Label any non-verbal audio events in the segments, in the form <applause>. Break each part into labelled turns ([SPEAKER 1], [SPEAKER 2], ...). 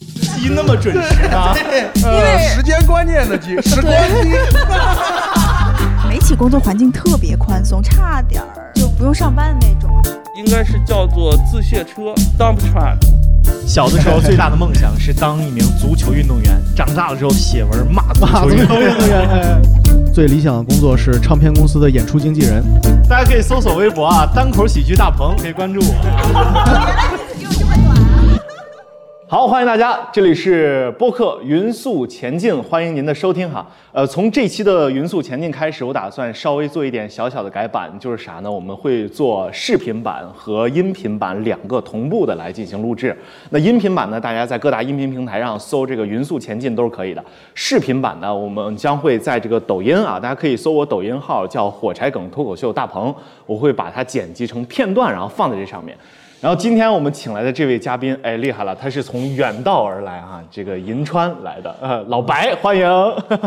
[SPEAKER 1] 题那么准时啊？
[SPEAKER 2] 因为
[SPEAKER 3] 呃时间观念的题，时光机。
[SPEAKER 2] 媒体工作环境特别宽松，差点儿就不用上班那种。啊
[SPEAKER 4] 应该是叫做自卸车 （dump truck）。
[SPEAKER 1] <laughs> 小的时候最大的梦想是当一名足球运动员，长大了之后写文骂足球运动员。
[SPEAKER 5] <laughs> 最理想的工作是唱片公司的演出经纪人。
[SPEAKER 1] 大家可以搜索微博啊，单口喜剧大鹏，可以关注我。好，欢迎大家，这里是播客《匀速前进》，欢迎您的收听哈。呃，从这期的《匀速前进》开始，我打算稍微做一点小小的改版，就是啥呢？我们会做视频版和音频版两个同步的来进行录制。那音频版呢，大家在各大音频平台上搜这个“匀速前进”都是可以的。视频版呢，我们将会在这个抖音啊，大家可以搜我抖音号叫“火柴梗脱口秀大鹏”，我会把它剪辑成片段，然后放在这上面。然后今天我们请来的这位嘉宾，哎，厉害了，他是从远道而来啊，这个银川来的，呃，老白，欢迎， <laughs>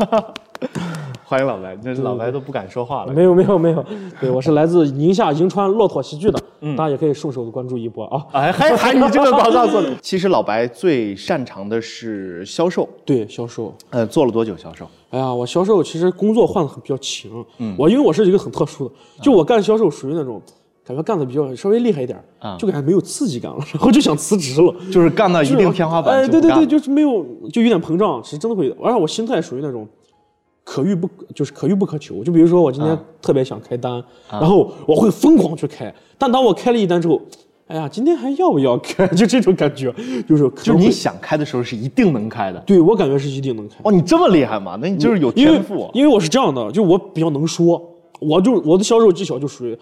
[SPEAKER 1] 欢迎老白，那老白都不敢说话了。
[SPEAKER 6] 啊没有没有没有，对我是来自宁夏银川骆驼喜剧的，大家也可以顺手关注一波啊。
[SPEAKER 1] 哎，还还你这个广告做的， <laughs> 其实老白最擅长的是销售，
[SPEAKER 6] 对销售，
[SPEAKER 1] 呃，做了多久销售？
[SPEAKER 6] 哎呀，我销售其实工作换的很比较勤，嗯，我因为我是一个很特殊的，就我干销售属于那种。感觉干的比较稍微厉害一点啊，就感觉没有刺激感了，然后就想辞职了，
[SPEAKER 1] 就是干到一定天花板。
[SPEAKER 6] 哎，对对对，就是没有，就有点膨胀，是真的会。而且我心态属于那种可遇不就是可遇不可求。就比如说我今天特别想开单，啊、然后我会疯狂去开，但当我开了一单之后，哎呀，今天还要不要开？ <laughs> 就这种感觉，就是
[SPEAKER 1] 就是你想开的时候是一定能开的。
[SPEAKER 6] 对我感觉是一定能开。
[SPEAKER 1] 哦，你这么厉害吗？那你就是有天赋。啊
[SPEAKER 6] 因为我是这样的，就我比较能说，我就我的销售技巧就属于。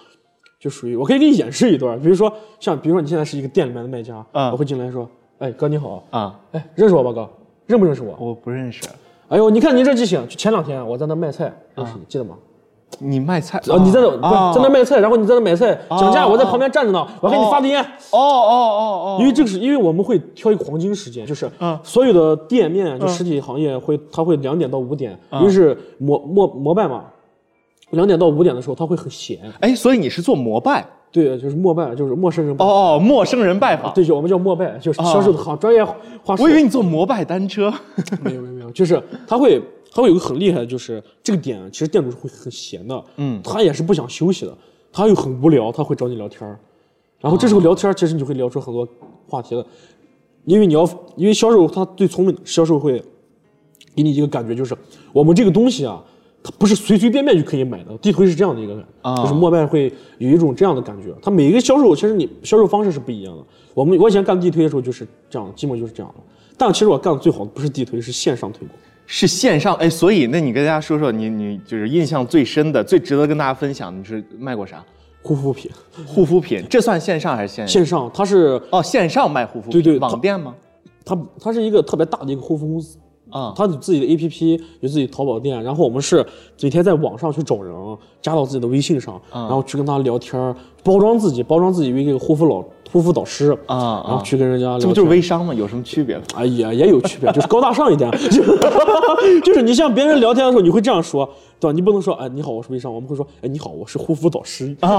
[SPEAKER 6] 就属于我可以给你演示一段，比如说像，比如说你现在是一个店里面的卖家，
[SPEAKER 1] 啊
[SPEAKER 6] 嗯、我会进来说，哎哥你好啊，嗯、哎认识我吧哥，认不认识我？
[SPEAKER 1] 我不认识。
[SPEAKER 6] 哎呦，你看您这记性，就前两天我在那卖菜，认
[SPEAKER 1] 啊
[SPEAKER 6] 识你记得吗？
[SPEAKER 1] 哦你卖菜
[SPEAKER 6] 啊？你在那不在那卖菜，然后你在那买菜讲价，我在旁边站着呢，我给你发的烟。
[SPEAKER 1] 哦哦哦哦，
[SPEAKER 6] 因为这个是因为我们会挑一个黄金时间，就是
[SPEAKER 1] 嗯
[SPEAKER 6] 所有的店面就实体行业会，它会两点到五点，
[SPEAKER 1] 嗯
[SPEAKER 6] 因为是摩摩摩拜嘛。两点到五点的时候，他会很闲。
[SPEAKER 1] 哎，所以你是做膜拜？
[SPEAKER 6] 对，就是膜拜，就是陌生人。
[SPEAKER 1] 哦哦，陌生人拜访。
[SPEAKER 6] 对，就我们叫膜拜，就是销售的行、哦、专业话术。
[SPEAKER 1] 我以为你做膜拜单车。 <laughs>
[SPEAKER 6] 没有没有没有，就是他会他会有个很厉害的，就是这个点啊其实店主是会很闲的，嗯，他也是不想休息的，他又很无聊，他会找你聊天儿，然后这时候聊天儿，其实你会聊出很多话题的，因为你要因为销售他最聪明，销售会给你一个感觉，就是我们这个东西啊。它不是随随便便就可以买的，地推是这样的一个，哦、就是陌拜会有一种这样的感觉。它每一个销售其实你销售方式是不一样的。我们我以前干地推的时候就是这样，基本就是这样的。但其实我干的最好的不是地推，是线上推广，
[SPEAKER 1] 是线上。哎，所以那你跟大家说说你，你你就是印象最深的、最值得跟大家分享，你是卖过啥？
[SPEAKER 6] 护肤品，
[SPEAKER 1] 护肤品，这算线上还是线
[SPEAKER 6] 线上？它是
[SPEAKER 1] 哦，线上卖护肤品，
[SPEAKER 6] 对对，
[SPEAKER 1] 网店吗？
[SPEAKER 6] 它它是一个特别大的一个护肤公司。啊，他有自己的 APP，有自己淘宝店，然后我们是每天在网上去找人，加到自己的微信上，
[SPEAKER 1] 啊
[SPEAKER 6] 然后去跟他聊天，包装自己，包装自己为这个护肤老护肤导师啊，然后去跟人家聊。
[SPEAKER 1] 这不就是微商吗？有什么区别吗？ <laughs>
[SPEAKER 6] 啊，也也有区别，就是高大上一点， <laughs> 就是你像别人聊天的时候，你会这样说，对吧？你不能说哎你好，我是微商，我们会说哎你好，我是护肤导师。
[SPEAKER 1] 啊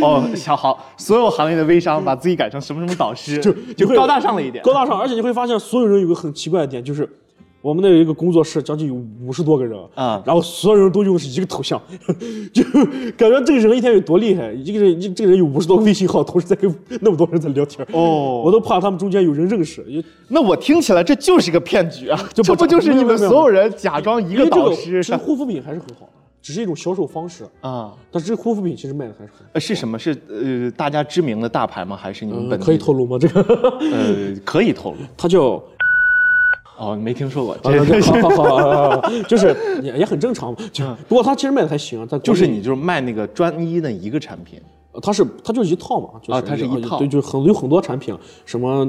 [SPEAKER 1] 哦，小好，所有行业的微商把自己改成什么什么导师，
[SPEAKER 6] 就
[SPEAKER 1] 就高大上了一点。
[SPEAKER 6] 高大上，而且你会发现所有人有个很奇怪的点就是。我们那有一个工作室，将近有五十多个人啊，然后所有人都用的是一个头像，就感觉这个人一天有多厉害。一个人，这个人有五十多个微信号，同时在跟那么多人在聊天。
[SPEAKER 1] 哦，
[SPEAKER 6] 我都怕他们中间有人认识。
[SPEAKER 1] 那我听起来这就是个骗局啊！这不就是你们所有人假装一个导师？
[SPEAKER 6] 其实护肤品还是很好的，只是一种销售方式啊。但是护肤品其实卖的还是
[SPEAKER 1] 呃是什么？是呃大家知名的大牌吗？还是你们本
[SPEAKER 6] 呃可以透露吗？这个
[SPEAKER 1] 呃可以透露，
[SPEAKER 6] 它叫。
[SPEAKER 1] 哦，没听说过，
[SPEAKER 6] 好好好，就是也也很正常，就不过它其实卖的还行，但
[SPEAKER 1] 就是你就是卖那个专一的一个产品，
[SPEAKER 6] 它是它就是一套嘛，
[SPEAKER 1] 啊，它是一套，
[SPEAKER 6] 对，就很有很多产品，什么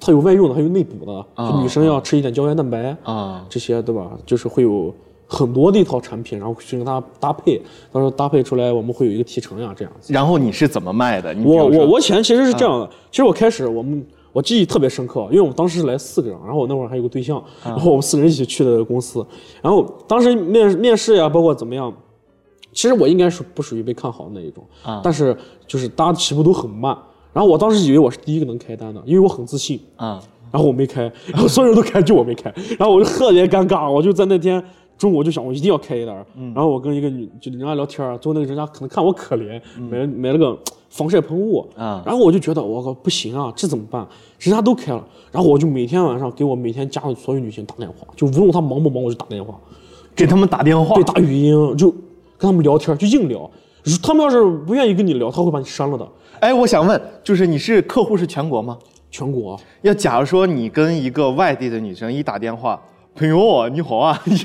[SPEAKER 6] 它有外用的，还有内补
[SPEAKER 1] 啊
[SPEAKER 6] 的，女生要吃一点胶原蛋白啊，这些对吧？就是会有很多的一套产品，然后去跟它搭配，到时候搭配出来我们会有一个提成呀，这样子。
[SPEAKER 1] 然后你是怎么卖的？
[SPEAKER 6] 我我我前其实是这样的，其实我开始我们。我记忆特别深刻，因为我们当时是来四个人，然后我那会儿还有个对象，然后我们四个人一起去的公司，然后当时面面试呀，包括怎么样，其实我应该是不属于被看好的那一种，啊、但是就是大家起步都很慢，然后我当时以为我是第一个能开单的，因为我很自信
[SPEAKER 1] 啊，
[SPEAKER 6] 然后我没开，然后所有人都开，就我没开，然后我就特别尴尬，我就在那天中午我就想我一定要开一单儿，然后我跟一个女就人家聊天儿，最后那个人家可能看我可怜，买了买了个防晒喷雾
[SPEAKER 1] 啊
[SPEAKER 6] 然后我就觉得我靠不行啊，这怎么办？人家都开了，然后我就每天晚上给我每天加的所有女性打电话，就无论她忙不忙，我就打电话，
[SPEAKER 1] 给他们打电话
[SPEAKER 6] 对，，打语音就跟他们聊天，就硬聊。他们要是不愿意跟你聊，他会把你删了的。
[SPEAKER 1] 哎，我想问，就是你是客户是全国吗？
[SPEAKER 6] 全国
[SPEAKER 1] 要假如说你跟一个外地的女生一打电话，朋友你好啊，你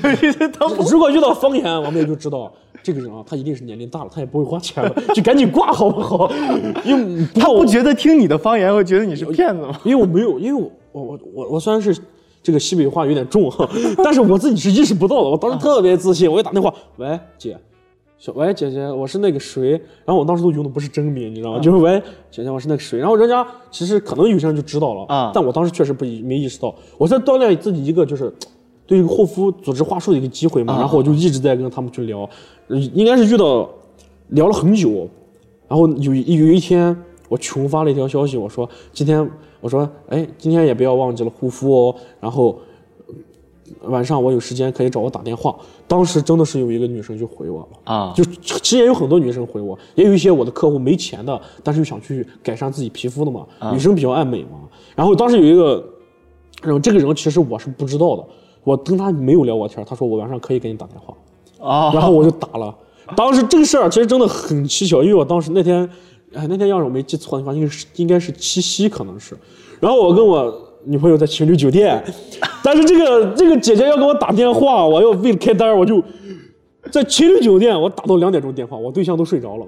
[SPEAKER 1] 他不
[SPEAKER 6] 如果遇到方言，我们也就知道这个人啊，他一定是年龄大了，他也不会花钱了，就赶紧挂好不好？因为
[SPEAKER 1] 他
[SPEAKER 6] 我
[SPEAKER 1] 不觉得听你的方言会觉得你是骗子吗？
[SPEAKER 6] 因为我没有，因为我我我我我虽然是这个西北话有点重哈，但是我自己是意识不到的。我当时特别自信，我一打电话，喂姐，小喂姐姐，我是那个谁，然后我当时都用的不是真名，你知道吗？就是喂姐姐，我是那个谁，然后人家其实可能有些人就知道了
[SPEAKER 1] 啊
[SPEAKER 6] 但我当时确实不没意识到，我在锻炼自己一个就是。对一个护肤组织话术的一个机会嘛，然后我就一直在跟他们去聊，呃应该是遇到聊了很久，然后有一有一天，我群发了一条消息，我说今天我说哎，今天也不要忘记了护肤哦。然后呃晚上我有时间可以找我打电话。当时真的是有一个女生就回我了。
[SPEAKER 1] 啊，
[SPEAKER 6] 就其实也有很多女生回我，也有一些我的客户没钱的，但是又想去改善自己皮肤的嘛，女生比较爱美嘛。然后当时有一个，然后这个人其实我是不知道的，我跟他没有聊过天儿，他说我晚上可以给你打电话。
[SPEAKER 1] 啊
[SPEAKER 6] 然后我就打了。当时这个事儿其实真的很蹊跷，因为我当时那天，哎，那天要是我没记错的话，应该是应该是七夕，可能是。然后我跟我女朋友在情侣酒店，但是这个这个姐姐要给我打电话，我要为了开单儿，我就在情侣酒店，我打到两点钟电话，我对象都睡着了。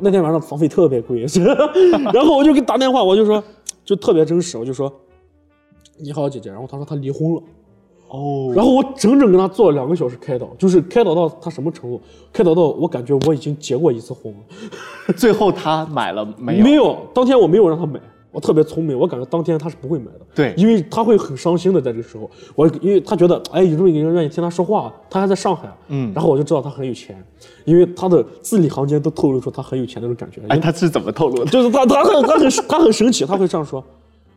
[SPEAKER 6] 那天晚上房费特别贵， <laughs> 然后我就给打电话，我就说，就特别真实，我就说，你好，姐姐。然后她说她离婚了。
[SPEAKER 1] 哦，
[SPEAKER 6] 然后我整整跟他做了两个小时开导，就是开导到他什么程度？开导到我感觉我已经结过一次婚了，
[SPEAKER 1] 最后他买了没有？
[SPEAKER 6] 没有，当天我没有让他买，我特别聪明，我感觉当天他是不会买的，
[SPEAKER 1] 对
[SPEAKER 6] 因为他会很伤心的，在这个时候，我因为他觉得，哎，有这么一个人愿意听他说话，他还在上海，啊
[SPEAKER 1] 嗯
[SPEAKER 6] 然后我就知道他很有钱，因为他的字里行间都透露出他很有钱的那种感觉，因
[SPEAKER 1] 哎，
[SPEAKER 6] 为
[SPEAKER 1] 他是怎么透露的？
[SPEAKER 6] 就是他他很他很他很神奇，他会这样说，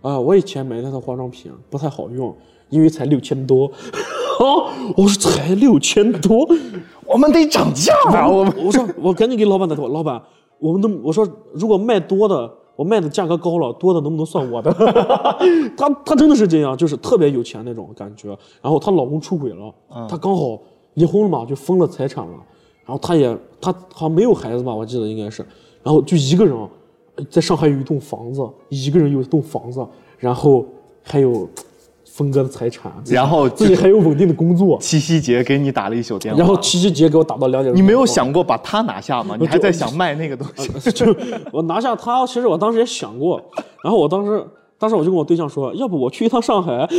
[SPEAKER 6] 啊、我以前买那套化妆品不太好用，因为才六千多， <laughs> 啊，我说才六千多，
[SPEAKER 1] 我们得涨价啊！我们
[SPEAKER 6] 我说我赶紧给老板打电话，老板，我们能我说如果卖多的，我卖的价格高了，多的能不能算我的？ <laughs> 他他真的是这样，就是特别有钱那种感觉。然后她老公出轨了，
[SPEAKER 1] 嗯
[SPEAKER 6] 她刚好离婚了嘛，就分了财产了。然后她也她好像没有孩子吧，我记得应该是，然后就一个人呃在上海有一栋房子，一个人有一栋房子，然后还有分割的财产，
[SPEAKER 1] 然后
[SPEAKER 6] 自己还有稳定的工作。
[SPEAKER 1] 七夕节给你打了一宿电话，
[SPEAKER 6] 然后七夕节给我打到两点钟，
[SPEAKER 1] 你没有想过把他拿下吗？你还在想卖那个东西？
[SPEAKER 6] 就我拿下它，其实我当时也想过，然后我当时，当时我就跟我对象说，要不我去一趟上海。啊 <laughs>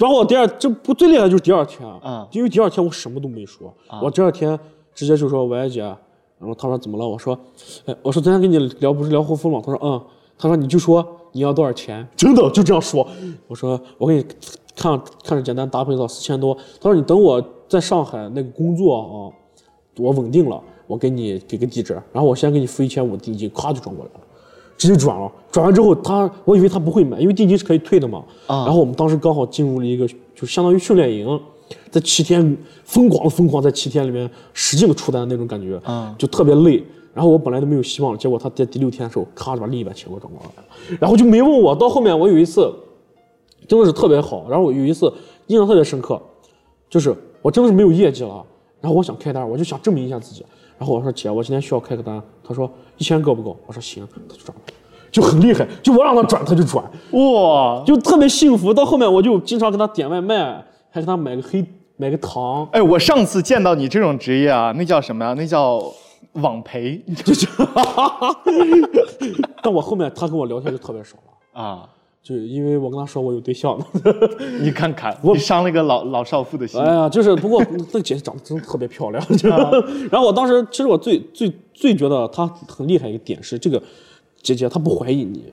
[SPEAKER 6] 然后我第二，这不最厉害就是第二天啊
[SPEAKER 1] 嗯
[SPEAKER 6] 因为第二天我什么都没说，我第二天直接就说喂姐，然后她说怎么了？我说，哎，我说昨天跟你聊不是聊护肤吗？她说嗯，她说你就说你要多少钱， <laughs> 真的就这样说。我说我给你看看着简单搭配到四千多，她说你等我在上海那个工作啊。我稳定了，我给你给个地址，然后我先给你付一千五定金，咔就转过来了，直接转了。转完之后他，我以为他不会买，因为定金是可以退的嘛。
[SPEAKER 1] 啊
[SPEAKER 6] 然后我们当时刚好进入了一个，就相当于训练营，在七天疯狂疯狂在七天里面使劲的出单那种感觉，
[SPEAKER 1] 啊
[SPEAKER 6] 就特别累。然后我本来都没有希望了，结果他在第六天的时候，咔就把另一半钱给我转过来了，然后就没问我。到后面我有一次，真的是特别好。然后我有一次印象特别深刻，就是我真的是没有业绩了，然后我想开单，我就想证明一下自己。然后我说姐，我今天需要开个单，她说一千够不够？我说行，她就转了，就很厉害，就我让她转她就转，
[SPEAKER 1] 哇！
[SPEAKER 6] 就特别幸福。到后面我就经常给她点外卖，还给她买个黑买个糖，
[SPEAKER 1] 哎，我上次见到你这种职业啊，那叫什么呀？那叫网陪
[SPEAKER 6] 就就，但我后面她跟我聊天就特别少了，
[SPEAKER 1] 啊！
[SPEAKER 6] 就因为我跟她说我有对象了。
[SPEAKER 1] 你看看，你伤了一个老老少妇的心。
[SPEAKER 6] 哎呀，就是不过那个姐姐长得真的特别漂亮。就 <laughs> 然后我当时其实我最最最觉得她很厉害一个点是，这个姐姐她不怀疑你。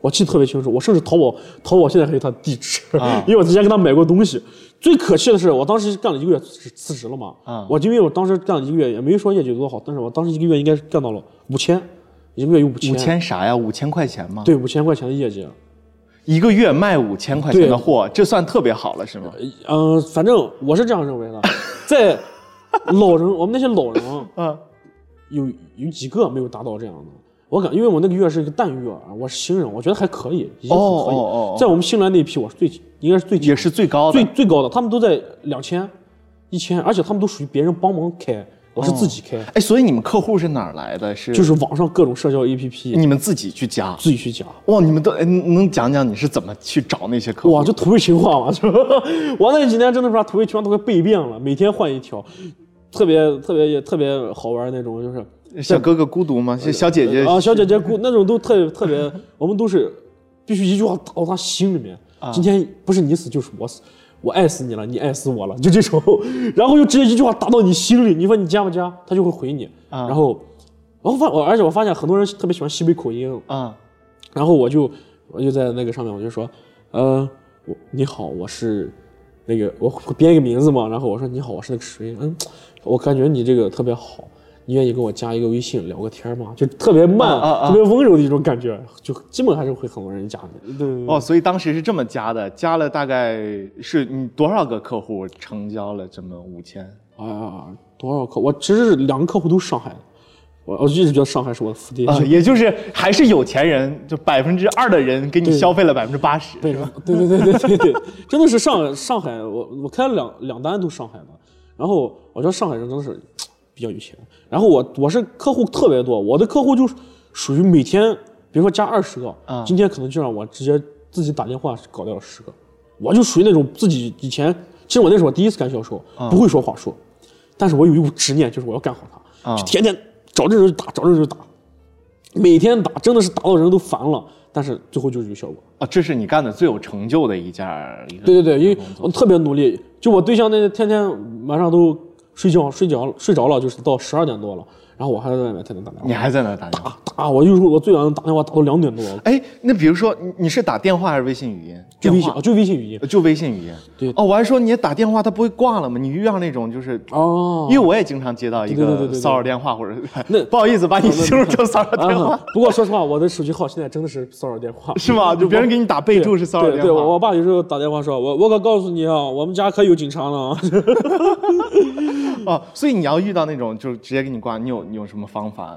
[SPEAKER 6] 我记得特别清楚，我甚至淘宝淘宝现在还有她的地址， <laughs> 因为我之前跟她买过东西。最可气的是，我当时干了一个月辞辞职了嘛，
[SPEAKER 1] 啊
[SPEAKER 6] 我因为我当时干了一个月也没说业绩有多好，但是我当时一个月应该是干到了五千，一个月有五
[SPEAKER 1] 五千啥呀？五千块钱吗？，
[SPEAKER 6] 对五千块钱的业绩，
[SPEAKER 1] 一个月卖五千块钱的货，这算特别好了，是吗？
[SPEAKER 6] 嗯、反正我是这样
[SPEAKER 1] <laughs>
[SPEAKER 6] 认为的，在老人，我们那些老人
[SPEAKER 1] 嗯，
[SPEAKER 6] 有有几个没有达到这样的。我感，因为我那个月是一个淡月啊，我是新人，我觉得还可以，已经很可以。
[SPEAKER 1] 哦哦哦
[SPEAKER 6] 在我们新来那一批，我是最应该是最
[SPEAKER 1] 也是最高的
[SPEAKER 6] 最。最高的，他们都在两千、一千，而且他们都属于别人帮忙开，我是自己开，
[SPEAKER 1] 哎，所以你们客户是哪儿来的？是
[SPEAKER 6] 就是网上各种社交 APP
[SPEAKER 1] 你们自己去加。
[SPEAKER 6] 自己去加。
[SPEAKER 1] 哇，你们都哎能讲讲你是怎么去找那些客户？<laughs>
[SPEAKER 6] <laughs> 哇，就土味情啊话嘛，就我那几年真的是把土味情话都快背遍了，每天换一条，特别特别也特别好玩那种，就是
[SPEAKER 1] 小哥哥孤独吗？小小姐姐
[SPEAKER 6] 啊，小姐姐姑那种都特别特别，我们都是必须一句话打到她心里面。今天不是你死就是我死，我爱死你了，你爱死我了，就这种， <laughs> 然后就直接一句话打到你心里，你问你加不加，她就会回你。然后，然后发我而且我发现很多人特别喜欢西北口音，
[SPEAKER 1] 啊，
[SPEAKER 6] 然后我就我就在那个上面我就说，呃，我你好，我是那个我会编一个名字嘛，然后我说你好，我是那个谁，嗯，我感觉你这个特别好，你愿意跟我加一个微信聊个天吗？就特别慢，
[SPEAKER 1] 啊啊啊
[SPEAKER 6] 特别温柔的一种感觉，就基本还是会很多人加你。对对对
[SPEAKER 1] 哦，所以当时是这么加的，加了大概是你多少个客户成交了这么五千？
[SPEAKER 6] 啊，多少客？我其实是两个客户都是上海的，我我一直觉得上海是我的福地。
[SPEAKER 1] 啊，也就是还是有钱人，就百分之二的人给你
[SPEAKER 6] 对
[SPEAKER 1] 消费了百分之八十，
[SPEAKER 6] 对对对对对对对，真的是上上海，我我开了两两单都是上海的，然后我觉得上海人真的是比较有钱，然后我我是客户特别多，我的客户就是属于每天，比如说加二十个，
[SPEAKER 1] 啊
[SPEAKER 6] 今天可能就让我直接自己打电话搞掉了十个，我就属于那种自己以前，其实我那是我第一次干销售，
[SPEAKER 1] 啊
[SPEAKER 6] 不会说话术，但是我有一股执念，就是我要干好它，
[SPEAKER 1] 啊
[SPEAKER 6] 就天天找这人就打，找这人就打，每天打，真的是打到人都烦了，但是最后就是有效果。
[SPEAKER 1] 哦，这是你干的最有成就的一件儿一个。
[SPEAKER 6] 对对对，因为我特别努力，就我对象那天天晚上都睡觉睡觉睡着了，就是到十二点多了，然后我还在外面天天打电话，
[SPEAKER 1] 你还在那儿打电话？
[SPEAKER 6] 打打我就是我最晚打电话打到两点多，
[SPEAKER 1] 哎，那比如说你你是打电话还是微信语音？<laughs>
[SPEAKER 6] 就
[SPEAKER 1] 电
[SPEAKER 6] 微信啊
[SPEAKER 1] 话
[SPEAKER 6] 就微信语音
[SPEAKER 1] 呃就微信语音。
[SPEAKER 6] 对
[SPEAKER 1] 哦，我还说你打电话他不会挂了吗？你遇到那种就是。
[SPEAKER 6] 哦
[SPEAKER 1] 因为我也经常接到一
[SPEAKER 6] 对对对
[SPEAKER 1] 个
[SPEAKER 6] 对对对
[SPEAKER 1] 骚扰电话，或者 <laughs>
[SPEAKER 6] 那
[SPEAKER 1] 不好意思把你进入成骚扰电话
[SPEAKER 6] 啊，， <laughs> 不过说实话，我的手机号现在真的是骚扰电话，
[SPEAKER 1] <laughs> 是吗？就别人给你打备注是骚扰
[SPEAKER 6] 对
[SPEAKER 1] 电
[SPEAKER 6] 对，我
[SPEAKER 1] 话。
[SPEAKER 6] 我爸有时候打电话说，我我可告诉你啊，我们家可有警察
[SPEAKER 1] <laughs>
[SPEAKER 6] 了。 <laughs>
[SPEAKER 1] 哦，所以你要遇到那种就是直接给你挂，你有你有什么方法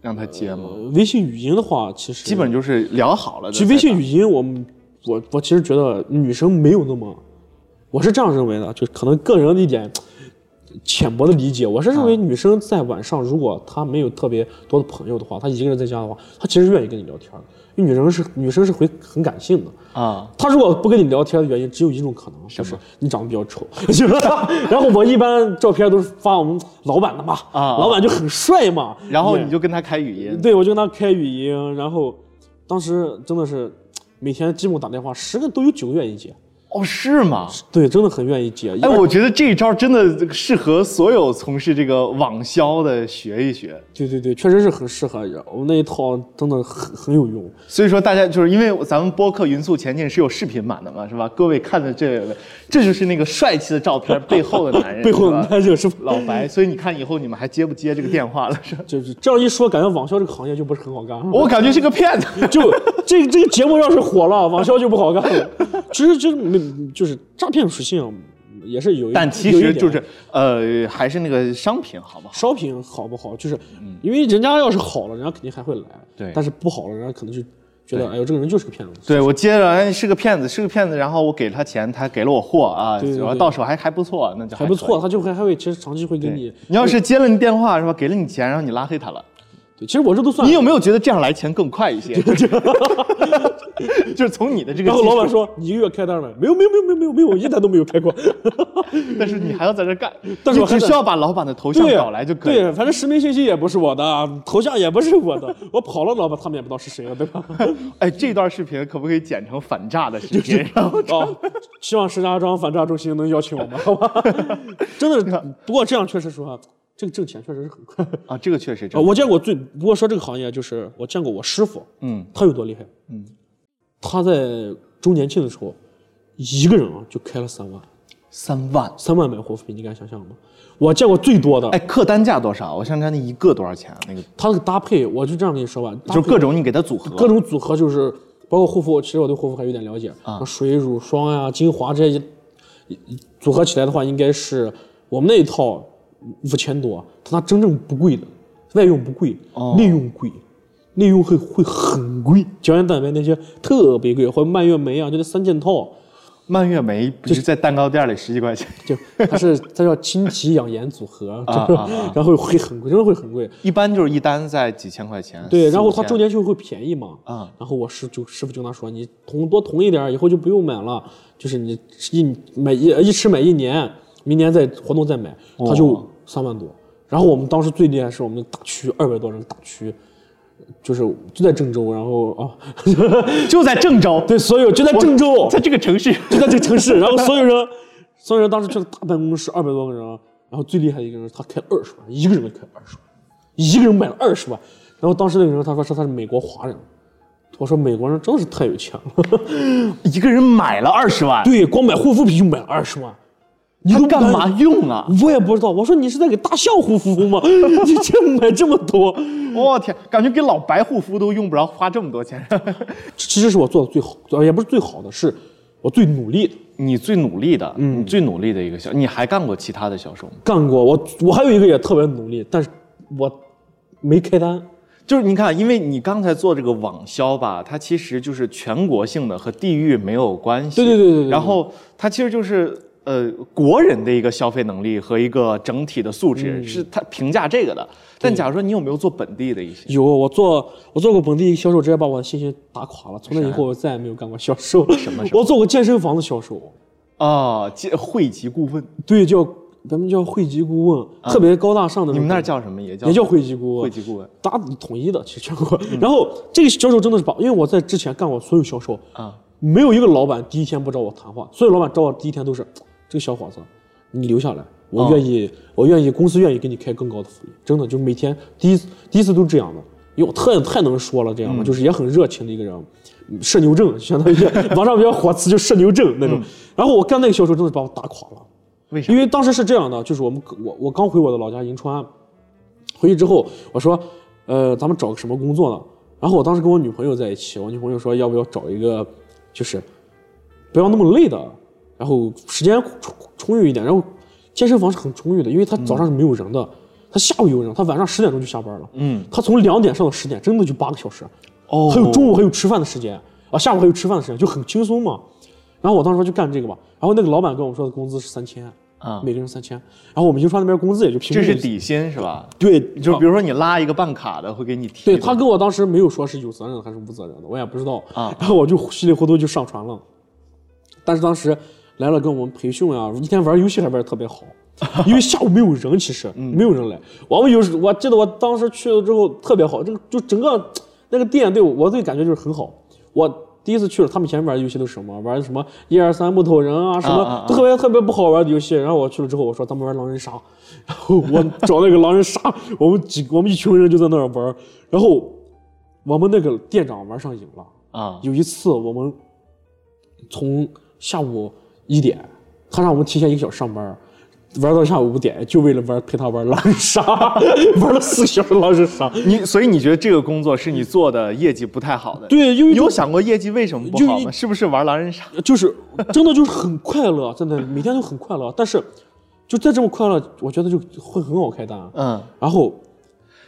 [SPEAKER 1] 让他接吗？
[SPEAKER 6] 微信语音的话，其实
[SPEAKER 1] 基本就是聊好了的再
[SPEAKER 6] 其实
[SPEAKER 1] 打。
[SPEAKER 6] 呃微信语音我，们我我其实觉得女生没有那么，我是这样认为的，就可能个人的一点浅薄的理解，我是认为
[SPEAKER 1] 嗯
[SPEAKER 6] 女生在晚上如果她没有特别多的朋友的话，她一个人在家的话，她其实愿意跟你聊天的，因为女生是女生是会很感性的。
[SPEAKER 1] 啊，
[SPEAKER 6] 她如果不跟你聊天的原因只有一种可能，就是你长得比较丑。 <laughs> 然后我一般照片都是发我们老板的嘛，
[SPEAKER 1] 啊
[SPEAKER 6] 老板就很帅嘛，
[SPEAKER 1] 然后你
[SPEAKER 6] 就。
[SPEAKER 1] 就跟他开语音，
[SPEAKER 6] 对，我就跟他开语音，然后当时真的是每天基本打电话，十个都有九个愿意接，
[SPEAKER 1] 哦，是吗？
[SPEAKER 6] 对，真的很愿意接。
[SPEAKER 1] 哎，我觉得这一招真的适合所有从事这个网销的学一学。
[SPEAKER 6] 对对对，确实是很适合，我们那一套真的很很有用。
[SPEAKER 1] 所以说，大家就是因为咱们播客《匀速前进》是有视频版的嘛，是吧？各位看的这位，这就是那个帅气的照片 <laughs> 背后的男人，
[SPEAKER 6] 背后
[SPEAKER 1] 哎是吧
[SPEAKER 6] 男人是 <laughs> 吧
[SPEAKER 1] 老白。所以你看以后你们还接不接这个电话了？是吧？
[SPEAKER 6] 就是这样一说，感觉网销这个行业就不是很好干了。
[SPEAKER 1] <laughs> 我感觉是个骗子。 <laughs>
[SPEAKER 6] 就这这个节目要是火了，网销就不好干了。其实就是没就是诈骗属性也是有一，
[SPEAKER 1] 但其
[SPEAKER 6] 有一
[SPEAKER 1] 实
[SPEAKER 6] 点
[SPEAKER 1] 就是呃，还是那个商品好不好？
[SPEAKER 6] 烧品好不好，就是因为人家要是好了，人家肯定还会来。
[SPEAKER 1] 嗯对
[SPEAKER 6] 但是不好了，人家可能就觉
[SPEAKER 1] 对
[SPEAKER 6] 得哎呦这个人就是个骗子。
[SPEAKER 1] 对，我接着，哎，是个骗子，是个骗子，然后我给了他钱，他给了我货啊，
[SPEAKER 6] 对对
[SPEAKER 1] 然后
[SPEAKER 6] 对
[SPEAKER 1] 到手还还不错，那就
[SPEAKER 6] 还不
[SPEAKER 1] 可以
[SPEAKER 6] 错，他就会还会其实长期会给你
[SPEAKER 1] 对。你要是接了你电话是吧，给了你钱，然后你拉黑 <laughs> 他了，
[SPEAKER 6] 对，其实我这都算。
[SPEAKER 1] 你有没有觉得这样来钱更快一 <laughs> 些？就是 <laughs> 就是从你的这个，
[SPEAKER 6] 然后老板，说你一个月开单了没有？没有没有没有没有没有，我一单都没有开过。 <laughs>
[SPEAKER 1] 但是你还要在这干，
[SPEAKER 6] 嗯但是
[SPEAKER 1] 你
[SPEAKER 6] 我还
[SPEAKER 1] 只
[SPEAKER 6] 在
[SPEAKER 1] 需要把老板的头像
[SPEAKER 6] 对，
[SPEAKER 1] 找来就可以了。
[SPEAKER 6] 对， <laughs> 反正实名信息也不是我的，头像也不是我的， <laughs> 我跑了，老板他们也不知道是谁了，对
[SPEAKER 1] <laughs>
[SPEAKER 6] 吧？
[SPEAKER 1] 哎，这段视频可不可以剪成反诈的视频？然后
[SPEAKER 6] 哦，希望石家庄反诈中心能邀请我们，好吧？ <laughs>
[SPEAKER 1] <laughs>
[SPEAKER 6] 真的是，不过这样确实说啊，这个挣钱确实是很快。
[SPEAKER 1] 啊，这个确实真
[SPEAKER 6] 呃，
[SPEAKER 1] 的。
[SPEAKER 6] 我见过最，不过说这个行业就是我见过我师傅，
[SPEAKER 1] 嗯，
[SPEAKER 6] 他有多厉害？嗯，他在周年庆的时候，一个人啊就开了三万。
[SPEAKER 1] 三万。
[SPEAKER 6] 三万买护肤品，你敢想象吗？我见过最多的，
[SPEAKER 1] 哎，客单价多少？我想想，那一个多少钱啊？那个
[SPEAKER 6] 它那个搭配，我就这样跟你说吧，搭
[SPEAKER 1] 就
[SPEAKER 6] 配
[SPEAKER 1] 各种你给他组合，
[SPEAKER 6] 各种组合就是。包括护肤，其实我对护肤还有点了解啊，水乳霜呀、精华这些组合起来的话，应该是我们那一套五千多，但它真正不贵的，外用不贵，
[SPEAKER 1] 哦
[SPEAKER 6] 内用贵。内用会会很贵，胶原蛋白那些特别贵，或者蔓越莓啊，就那三件套，
[SPEAKER 1] 蔓越莓不是在蛋糕店里十几块钱，
[SPEAKER 6] 就它是它叫亲皮养颜组
[SPEAKER 1] <laughs>
[SPEAKER 6] 合，
[SPEAKER 1] 啊
[SPEAKER 6] 就是
[SPEAKER 1] 啊啊
[SPEAKER 6] <laughs> 然后会很贵，真的会很贵。
[SPEAKER 1] 一般就是一单在几千块钱。
[SPEAKER 6] 对，
[SPEAKER 1] 四
[SPEAKER 6] 然后
[SPEAKER 1] 五
[SPEAKER 6] 它
[SPEAKER 1] 千
[SPEAKER 6] 周年庆会便宜嘛，
[SPEAKER 1] 啊
[SPEAKER 6] 然后我师就师傅就跟他说，你同多同一点儿，以后就不用买了，就是你一买一一吃买一年，明年再活动再买，
[SPEAKER 1] 哦
[SPEAKER 6] 他就三万多。然后我们当时最厉害是我们大区二百多人大区，就是就在郑州，然后啊， <laughs>
[SPEAKER 1] 就在郑州，
[SPEAKER 6] 对，所有就在郑州，
[SPEAKER 1] 在这个城市。
[SPEAKER 6] 就在这个城市，然后所有人， <laughs> 所有人当时去了大办公室，二百多个人，啊然后最厉害的一个人，他开二十万，一个人开二十万，一个人买了二十万，然后当时那个人他说说他是美国华人，我说美国人真是太有钱了， <laughs>
[SPEAKER 1] 一个人买了二十万，
[SPEAKER 6] 对，光买护肤品就买了二十万，你
[SPEAKER 1] 他
[SPEAKER 6] 都不
[SPEAKER 1] 干
[SPEAKER 6] 敢
[SPEAKER 1] 嘛用啊？
[SPEAKER 6] 我也不知道，我说你是在给大象护肤吗？ <laughs> 你这买这么多，
[SPEAKER 1] 我、天，感觉给老白护肤都用不着花这么多钱。
[SPEAKER 6] 其实是我做的最好，也不是最好的，是我最努力的。
[SPEAKER 1] 你最努力的，嗯，你最努力的一个销，你还干过其他的销售吗？
[SPEAKER 6] 干过，我我还有一个也特别努力，但是我没开单。
[SPEAKER 1] 就是你看，因为你刚才做这个网销吧，它其实就是全国性的，和地域没有关系。
[SPEAKER 6] 对对对对对对
[SPEAKER 1] 然后它其实就是呃国人的一个消费能力和一个整体的素质，
[SPEAKER 6] 嗯
[SPEAKER 1] 是它评价这个的。但假如说你有没有做本地的一些？
[SPEAKER 6] 有，我做我做过本地销售，直接把我的信心打垮了。从那以后，我再也没有干过销售。什么？我做过健身房的销售，
[SPEAKER 1] 啊，集汇集顾问，
[SPEAKER 6] 对，叫咱们叫会籍顾问，特别高大上
[SPEAKER 1] 啊
[SPEAKER 6] 的种。
[SPEAKER 1] 你们那儿叫什么？也叫
[SPEAKER 6] 也叫会籍顾问，
[SPEAKER 1] 汇集顾问。
[SPEAKER 6] 大统一的，其实全国。
[SPEAKER 1] 嗯
[SPEAKER 6] 然后这个销售真的是把，因为我在之前干过所有销售
[SPEAKER 1] 啊，
[SPEAKER 6] 没有一个老板第一天不找我谈话，所有老板找我第一天都是这个小伙子，你留下来，我愿
[SPEAKER 1] 哦
[SPEAKER 6] 意，我愿意，公司愿意给你开更高的福利，真的就每天第一次第一次都是这样的，因为我太太能说了，
[SPEAKER 1] 嗯
[SPEAKER 6] 这样嘛，就是也很热情的一个人。社牛症相当于网上比较火词就社牛症那种，然后我干那个销售真的把我打垮了，
[SPEAKER 1] 嗯为啥
[SPEAKER 6] 因？为当时是这样的，就是我们我我刚回我的老家银川，回去之后我说，呃，咱们找个什么工作呢？然后我当时跟我女朋友在一起，我女朋友说要不要找一个，就是不要那么累的，然后时间充充裕一点，然后健身房是很充裕的，因为他早上是没有人的，他下午有人，他晚上十点钟就下班了，
[SPEAKER 1] 嗯，
[SPEAKER 6] 他从两点上到十点，真的就八个小时，
[SPEAKER 1] 哦
[SPEAKER 6] 还有中午还有吃饭的时间啊，下午还有吃饭的时间，就很轻松嘛。然后我当时说就干这个吧，然后那个老板跟我们说的工资是三千
[SPEAKER 1] 啊
[SPEAKER 6] 每个人三千，然后我们银川那边工资也就平均
[SPEAKER 1] 这是
[SPEAKER 6] 一
[SPEAKER 1] 底薪是吧？
[SPEAKER 6] 对，
[SPEAKER 1] 就是
[SPEAKER 6] 啊
[SPEAKER 1] 比如说你拉一个办卡的，会给你提
[SPEAKER 6] 对
[SPEAKER 1] 的。
[SPEAKER 6] 他跟我当时没有说是有责任还是无责任的，我也不知道
[SPEAKER 1] 啊
[SPEAKER 6] 然后我就稀里糊涂就上传了，但是当时来了跟我们培训啊，一天玩游戏还玩的特
[SPEAKER 1] <laughs>
[SPEAKER 6] 别好，因为下午没有人，其实、
[SPEAKER 1] 嗯
[SPEAKER 6] 没有人来。我们有时我记得我当时去了之后特别好，这个就整个那个店对我我对感觉就是很好。我第一次去了，他们以前玩的游戏都是什么玩什么一二三木头人啊，什么、
[SPEAKER 1] 啊啊
[SPEAKER 6] 特别特别不好玩的游戏。然后我去了之后，我说咱们玩狼人杀， <laughs> 然后我找那个狼人杀，我们几我们一群人就在那儿玩，然后我们那个店长玩上瘾了。
[SPEAKER 1] 啊，
[SPEAKER 6] 有一次我们从下午一点，他让我们提前一个小时上班，玩到下午五点，就为了玩陪他玩狼人杀， <laughs> 玩了四个小时狼人杀。
[SPEAKER 1] 你所以你觉得这个工作是你做的业绩不太好的？
[SPEAKER 6] 对，因为
[SPEAKER 1] 你
[SPEAKER 6] 就
[SPEAKER 1] 有想过业绩为什么不好
[SPEAKER 6] 就
[SPEAKER 1] 吗？是不是玩狼人杀？
[SPEAKER 6] 就是真的就是很快乐，真的每天都很快乐。但是就再这么快乐，我觉得就会很好开单。
[SPEAKER 1] 嗯，
[SPEAKER 6] 然后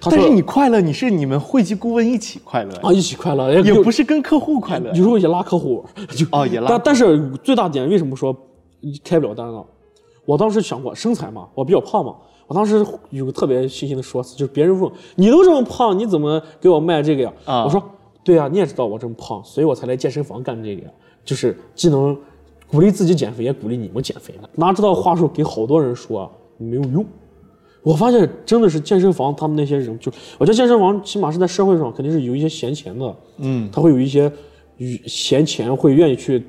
[SPEAKER 6] 他说
[SPEAKER 1] 但是你快乐，你是你们会籍顾问一起快乐呀，
[SPEAKER 6] 啊，一起快乐，
[SPEAKER 1] 也
[SPEAKER 6] 有
[SPEAKER 1] 不是跟客户快乐
[SPEAKER 6] 有时候也拉客户， <laughs> 就
[SPEAKER 1] 哦也拉
[SPEAKER 6] 但但是最大点为什么说开不了单呢？我当时想过身材嘛，我比较胖嘛，我当时有个特别信心的说辞，就是别人问你都这么胖，你怎么给我卖这个呀？
[SPEAKER 1] 啊
[SPEAKER 6] 我说对啊，你也知道我这么胖，所以我才来健身房干这个呀，就是既能鼓励自己减肥，也鼓励你们减肥嘛。拿这套话术给好多人说啊，没有用。我发现真的是健身房，他们那些人就，我觉得健身房起码是在社会上肯定是有一些闲钱的，嗯，他会有一些与闲钱会愿意去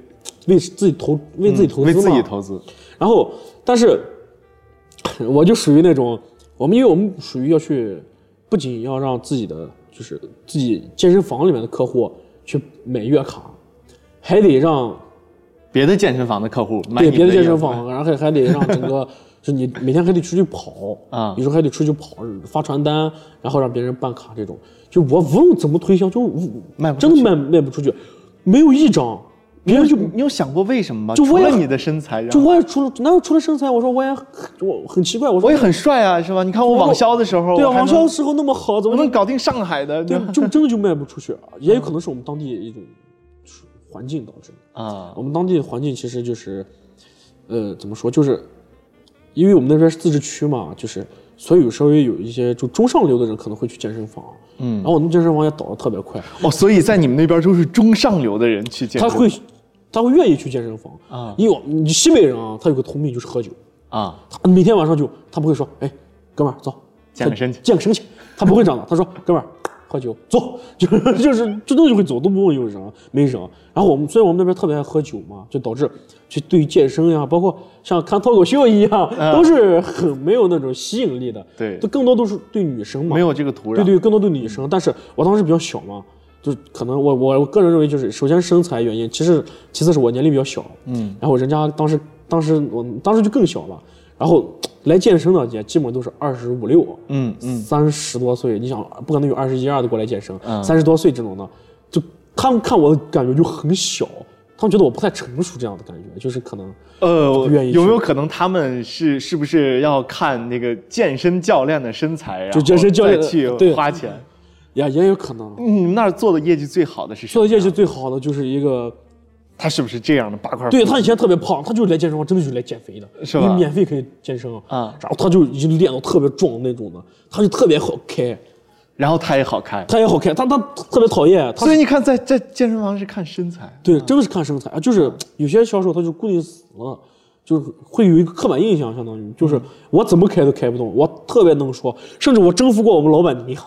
[SPEAKER 6] 为自己投为自己投资、
[SPEAKER 1] 为
[SPEAKER 6] 嘛。
[SPEAKER 1] 自己投资。
[SPEAKER 6] 然后，但是我就属于那种，我们因为我们属于要去，不仅要让自己的就是自己健身房里面的客户去买月卡，还得让
[SPEAKER 1] 别的健身房的客户买
[SPEAKER 6] 对
[SPEAKER 1] 你
[SPEAKER 6] 别的健身
[SPEAKER 1] 业务
[SPEAKER 6] 房，然后还还得让整个就你每天还得出去跑
[SPEAKER 1] <laughs> 啊
[SPEAKER 6] 有时候还得出去跑发传单，然后让别人办卡这种，就我无论怎么推销，就无
[SPEAKER 1] 卖不出
[SPEAKER 6] 真的卖卖不出去。没有一张，别人就
[SPEAKER 1] 你你有想过为什么吗？
[SPEAKER 6] 就
[SPEAKER 1] 除
[SPEAKER 6] 我也
[SPEAKER 1] 了你的身材，然
[SPEAKER 6] 就
[SPEAKER 1] 后
[SPEAKER 6] 我也除了，哪有除了身材？我说我也很我很奇怪，我说
[SPEAKER 1] 我也很帅啊，是吧？你看我网销的时候，
[SPEAKER 6] 对啊，
[SPEAKER 1] 我还
[SPEAKER 6] 网
[SPEAKER 1] 能
[SPEAKER 6] 销的时候那么好，怎
[SPEAKER 1] 我
[SPEAKER 6] 么
[SPEAKER 1] 能搞定上海的，
[SPEAKER 6] 对
[SPEAKER 1] 吧
[SPEAKER 6] 就真的就卖不出去啊？也有可能是我们当地一种就是环境导致的。
[SPEAKER 1] 啊
[SPEAKER 6] 我们当地环境其实就是，呃，怎么说，就是因为我们那边是自治区嘛，就是所以有稍微有一些就中上流的人可能会去健身房，嗯，然后我们健身房也倒的特别快，
[SPEAKER 1] 哦，所以在你们那边都是中上流的人去健
[SPEAKER 6] 他
[SPEAKER 1] 身，
[SPEAKER 6] 会他会愿意去健身房
[SPEAKER 1] 啊
[SPEAKER 6] 因为我你西北人啊，他有个通病就是喝酒，
[SPEAKER 1] 啊，
[SPEAKER 6] 他每天晚上就他不会说，哎，哥们儿走，
[SPEAKER 1] 健个身去
[SPEAKER 6] 健个身去，他不会这样的，他说哥们儿。喝酒走， <laughs> 就是就是真的就会走，都不问有人没人。然后我们虽然我们那边特别爱喝酒嘛，就导致就对于健身呀，包括像看脱口秀一样，都是很没有那种吸引力的。
[SPEAKER 1] 嗯对
[SPEAKER 6] 都更多都是对女生嘛，
[SPEAKER 1] 没有这个土壤，
[SPEAKER 6] 对对，更多对女
[SPEAKER 1] 嗯
[SPEAKER 6] 生。但是我当时比较小嘛，就是可能我我我个人认为，就是首先身材原因，其实其次是我年龄比较小，嗯，然后人家当时当时我当时就更小了，然后来健身的也基本都是二十五六，
[SPEAKER 1] 嗯嗯，
[SPEAKER 6] 三十多岁，你想不可能有二十一二的过来健身，三十、多岁这种的，就他们看我的感觉就很小。他们觉得我不太成熟，这样的感觉就是可能，
[SPEAKER 1] 呃
[SPEAKER 6] 不愿意，去
[SPEAKER 1] 有没有可能他们是是不是要看那个健身教练的身材，然后
[SPEAKER 6] 就健身教练
[SPEAKER 1] 再去
[SPEAKER 6] 对
[SPEAKER 1] 花钱？
[SPEAKER 6] 也也有可能。
[SPEAKER 1] 你们那儿做的业绩最好的是谁？
[SPEAKER 6] 做的业绩最好的就是一个
[SPEAKER 1] 他是不是这样的八块腹？
[SPEAKER 6] 对他以前特别胖，他就是来健身房，真的就是来减肥的，
[SPEAKER 1] 是吧
[SPEAKER 6] 你免费可以健身
[SPEAKER 1] 啊
[SPEAKER 6] 然后他就已经练到特别壮那种的，他就特别好开，
[SPEAKER 1] 然后他也好看，
[SPEAKER 6] 他也好开，他他特别讨厌，他
[SPEAKER 1] 所以你看在，在健身房是看身材，
[SPEAKER 6] 对，真的是看身材啊，就是有些销售他就固定死了，就是会有一个刻板印象，相当于就是我怎么开都开不动，我特别能说，甚至我征服过我们老板娘，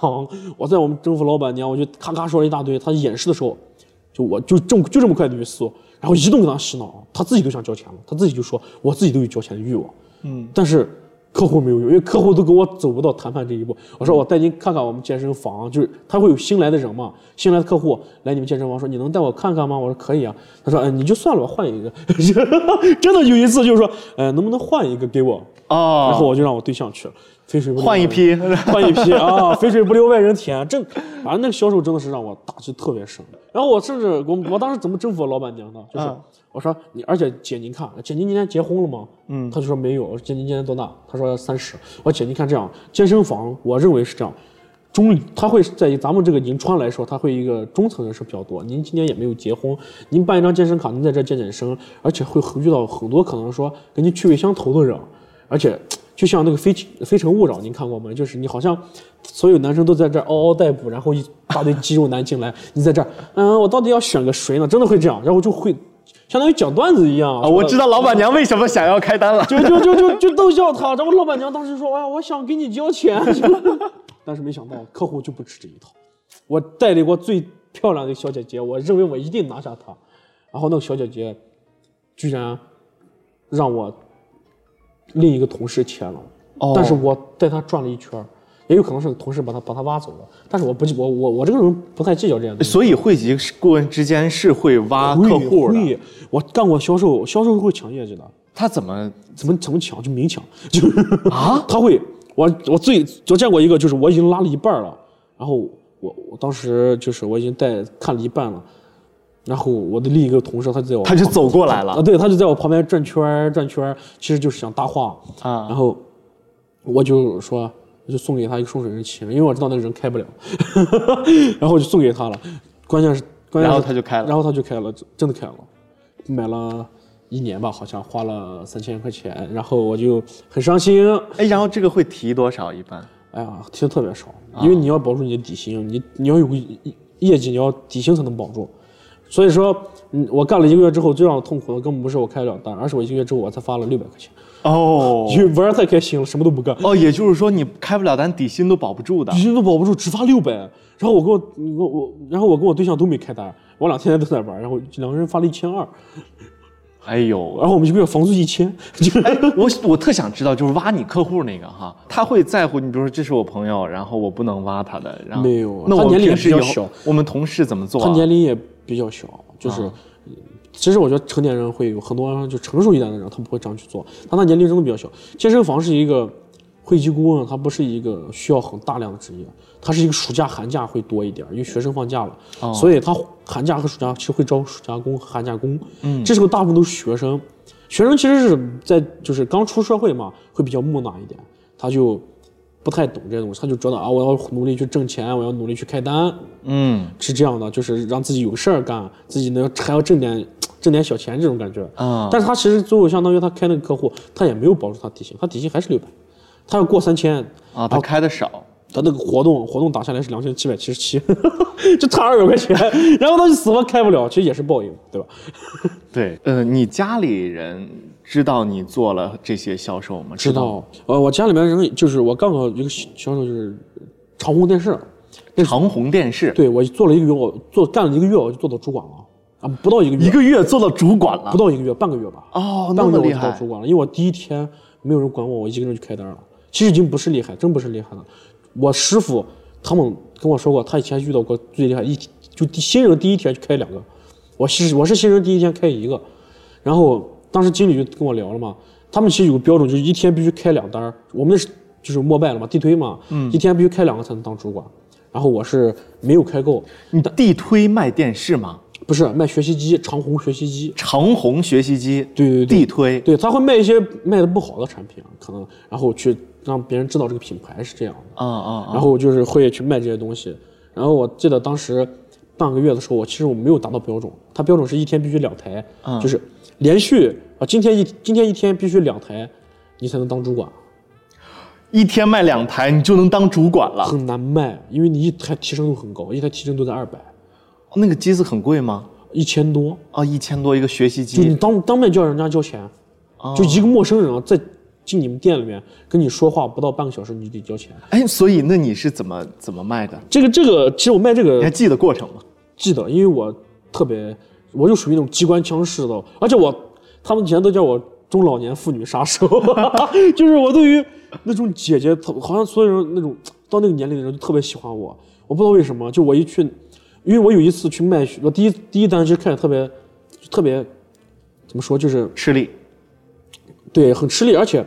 [SPEAKER 6] 我在我们征服老板娘，我就咔咔说了一大堆，她演示的时候，就我就这么就这么快的语速，然后一顿给她洗脑，她自己都想交钱了，她自己就说我自己都有交钱的欲望，嗯，但是。客户没有用，因为客户都跟我走不到谈判这一步。我说我带您看看我们健身房，就是他会有新来的人嘛，新来的客户来你们健身房说你能带我看看吗？我说可以啊。他说嗯、你就算了吧，换一个。 <laughs> 真的有一次就是说，呃，能不能换一个给我？
[SPEAKER 1] 哦
[SPEAKER 6] 然后我就让我对象去了，肥水不流
[SPEAKER 1] 换一
[SPEAKER 6] 外人
[SPEAKER 1] 批，
[SPEAKER 6] 换一批啊，肥水不流外人田。这啊，那个销售真的是让我打击特别深。然后我甚至我我当时怎么征服我老板娘呢？就是、我说你，而且姐您看，姐您今年结婚了吗？嗯，她就说没有。我说姐您今年多大？她说三十。我说姐您看这样，健身房我认为是这样。中，他会在咱们这个银川来说，他会一个中层人士比较多。您今年也没有结婚，您办一张健身卡，您在这健健身，而且会遇到很多可能说跟您趣味相投的人，而且就像那个非《非诚勿扰》，您看过吗？就是你好像所有男生都在这儿嗷嗷待哺，然后一大堆肌肉男进来，你在这儿，嗯，我到底要选个谁呢？真的会这样，然后就会相当于讲段子一样
[SPEAKER 1] 啊， <laughs> 我知道老板娘为什么想要开单了。
[SPEAKER 6] 就就就就就逗笑他。然后老板娘当时说：“哎呀，我想给你交钱。” <laughs> 但是没想到客户就不吃这一套。我代理过最漂亮的小姐姐，我认为我一定拿下她。然后那个小姐姐居然让我另一个同事签了，
[SPEAKER 1] 哦
[SPEAKER 6] 但是我带她转了一圈儿。也有可能是同事把她把她挖走了，但是我不计我我我这个人不太计较这些东西。
[SPEAKER 1] 所以会籍顾问之间是会挖
[SPEAKER 6] 会
[SPEAKER 1] 客户啊的，
[SPEAKER 6] 会我干过销售，销售是会抢业绩的。
[SPEAKER 1] 他怎么
[SPEAKER 6] 怎么怎么抢就明 <laughs> 抢，就是啊，他会，我我最我见过一个，就是我已经拉了一半了，然后我我当时就是我已经带看了一半了，然后我的另一个同事他在我
[SPEAKER 1] 他就走过来
[SPEAKER 6] 啊，
[SPEAKER 1] 了
[SPEAKER 6] 对，他就在我旁边转圈儿转圈儿，其实就是想搭话，然
[SPEAKER 1] 啊？
[SPEAKER 6] 后我就说，我就送给他一个送水人情，因为我知道那个人开不了， <laughs> 然后我就送给他了。关键是，关键是
[SPEAKER 1] 然后他就开了
[SPEAKER 6] 然后他就开了，真真的开了，买了一年吧，好像花了三千块钱，然后我就很伤心。
[SPEAKER 1] 哎，然后这个会提多少一般？
[SPEAKER 6] 哎呀，提的特别少，因为你要保住你的底薪，你你要有个业绩，你要底薪才能保住。所以说，嗯，我干了一个月之后，最让我痛苦的根本不是我开了两单，而是我一个月之后我才发了六百块钱，
[SPEAKER 1] 哦
[SPEAKER 6] 因为玩儿太开心了，什么都不干。
[SPEAKER 1] 哦，也就是说你开不了单，底薪都保不住的
[SPEAKER 6] 底薪都保不住，只发六百。然后我跟我我我，然后我跟我对象都没开单，我俩天天都在玩，然后两个人发了一千二，
[SPEAKER 1] 哎呦，
[SPEAKER 6] 然后我们一个月房租一千， <laughs> 就是
[SPEAKER 1] 哎，我我特想知道，就是挖你客户那个哈，他会在乎你，比如说这是我朋友，然后我不能挖他的，然后
[SPEAKER 6] 没有啊
[SPEAKER 1] 那我
[SPEAKER 6] 他年龄也
[SPEAKER 1] 平时以
[SPEAKER 6] 比
[SPEAKER 1] 后
[SPEAKER 6] 较小
[SPEAKER 1] 我们同事怎么做、
[SPEAKER 6] 他
[SPEAKER 1] 啊？
[SPEAKER 6] 年龄也比较小，就是。其实我觉得成年人会有很多就成熟一点的人，他不会这样去做。他那年龄真的比较小。健身房是一个会籍顾问他不是一个需要很大量的职业，他是一个暑假寒假会多一点，因为学生放假了，所以他寒假和暑假其实会招暑假工、寒假工。嗯，这时候大部分都是学生，学生其实是在就是刚出社会嘛，会比较木讷一点，他就不太懂这些东西，他就觉得啊，我要努力去挣钱，我要努力去开单，
[SPEAKER 1] 嗯
[SPEAKER 6] 是这样的，就是让自己有个事儿干，自己能还要挣点挣点小钱这种感觉。
[SPEAKER 1] 啊
[SPEAKER 6] 但是他其实最后相当于他开那个客户，他也没有保住他底薪，他底薪还是六百，他要过三千，
[SPEAKER 1] 啊，他开的少，
[SPEAKER 6] 他那个活动活动打下来是两千七百七十七， <laughs> 就差二百块钱，然后他就死活开不了，其实也是报应，对吧？
[SPEAKER 1] 对，呃，你家里人知道你做了这些销售吗？
[SPEAKER 6] 知道，呃，我家里面人就是我干过一个销售，就是长虹电视，
[SPEAKER 1] 知道长虹电视
[SPEAKER 6] 对我做了一个月，我做干了一个月，我就做到主管了啊，不到一个月，
[SPEAKER 1] 一个月做到主管了
[SPEAKER 6] 不，到一个月，半个月吧。
[SPEAKER 1] 哦，那
[SPEAKER 6] 半
[SPEAKER 1] 么
[SPEAKER 6] 个月我
[SPEAKER 1] 厉
[SPEAKER 6] 就到
[SPEAKER 1] 害
[SPEAKER 6] 主管了，因为我第一天没有人管我，我一个人去开单了。其实已经不是厉害，真不是厉害了。我师傅他们跟我说过，他以前遇到过最厉害一就第新人第一天就开两个，我是我是新人第一天开一个，然后当时经理就跟我聊了嘛，他们其实有个标准，就是一天必须开两单儿我们那是就是末拜了嘛，地推嘛，
[SPEAKER 1] 嗯
[SPEAKER 6] 一天必须开两个才能当主管。然后我是没有开够，
[SPEAKER 1] 你地推卖电视吗？
[SPEAKER 6] 不是卖学习机，长虹学习机，
[SPEAKER 1] 长虹学习机，
[SPEAKER 6] 对对对
[SPEAKER 1] 地推，
[SPEAKER 6] 对，他会卖一些卖的不好的产品，啊可能然后去让别人知道这个品牌是这样的，
[SPEAKER 1] 啊啊，
[SPEAKER 6] 然后就是会去卖这些东西。然后我记得当时半个月的时候，我其实我没有达到标准，它标准是一天必须两台，就是连续啊，今天一今天一天必须两台，你才能当主管，
[SPEAKER 1] 一天卖两台，你就能当主管了。
[SPEAKER 6] 很难卖，因为你一台提成都很高，一台提成都在二百、
[SPEAKER 1] 那个机子很贵吗？
[SPEAKER 6] 一千多，
[SPEAKER 1] 啊，一千多一个学习
[SPEAKER 6] 就你
[SPEAKER 1] 机，
[SPEAKER 6] 当当面叫人家交钱，就一个陌生人啊，在进你们店里面跟你说话不到半个小时，你就得交钱。
[SPEAKER 1] 哎，所以那你是怎么怎么卖的？
[SPEAKER 6] 这个这个，其实我卖这
[SPEAKER 1] 你还
[SPEAKER 6] 个
[SPEAKER 1] 记得过程吗？
[SPEAKER 6] 记得，因为我特别，我就属于那种机关枪式的，而且我他们以前都叫我中老年妇女杀手， <laughs> 就是我对于那种姐姐，特好像所有人那种到那个年龄的人就特别喜欢我，我不知道为什么，就我一去，因为我有一次去卖血，我第一第一单其实看着特别特别怎么说，就是
[SPEAKER 1] 吃力，
[SPEAKER 6] 对，很吃力，而且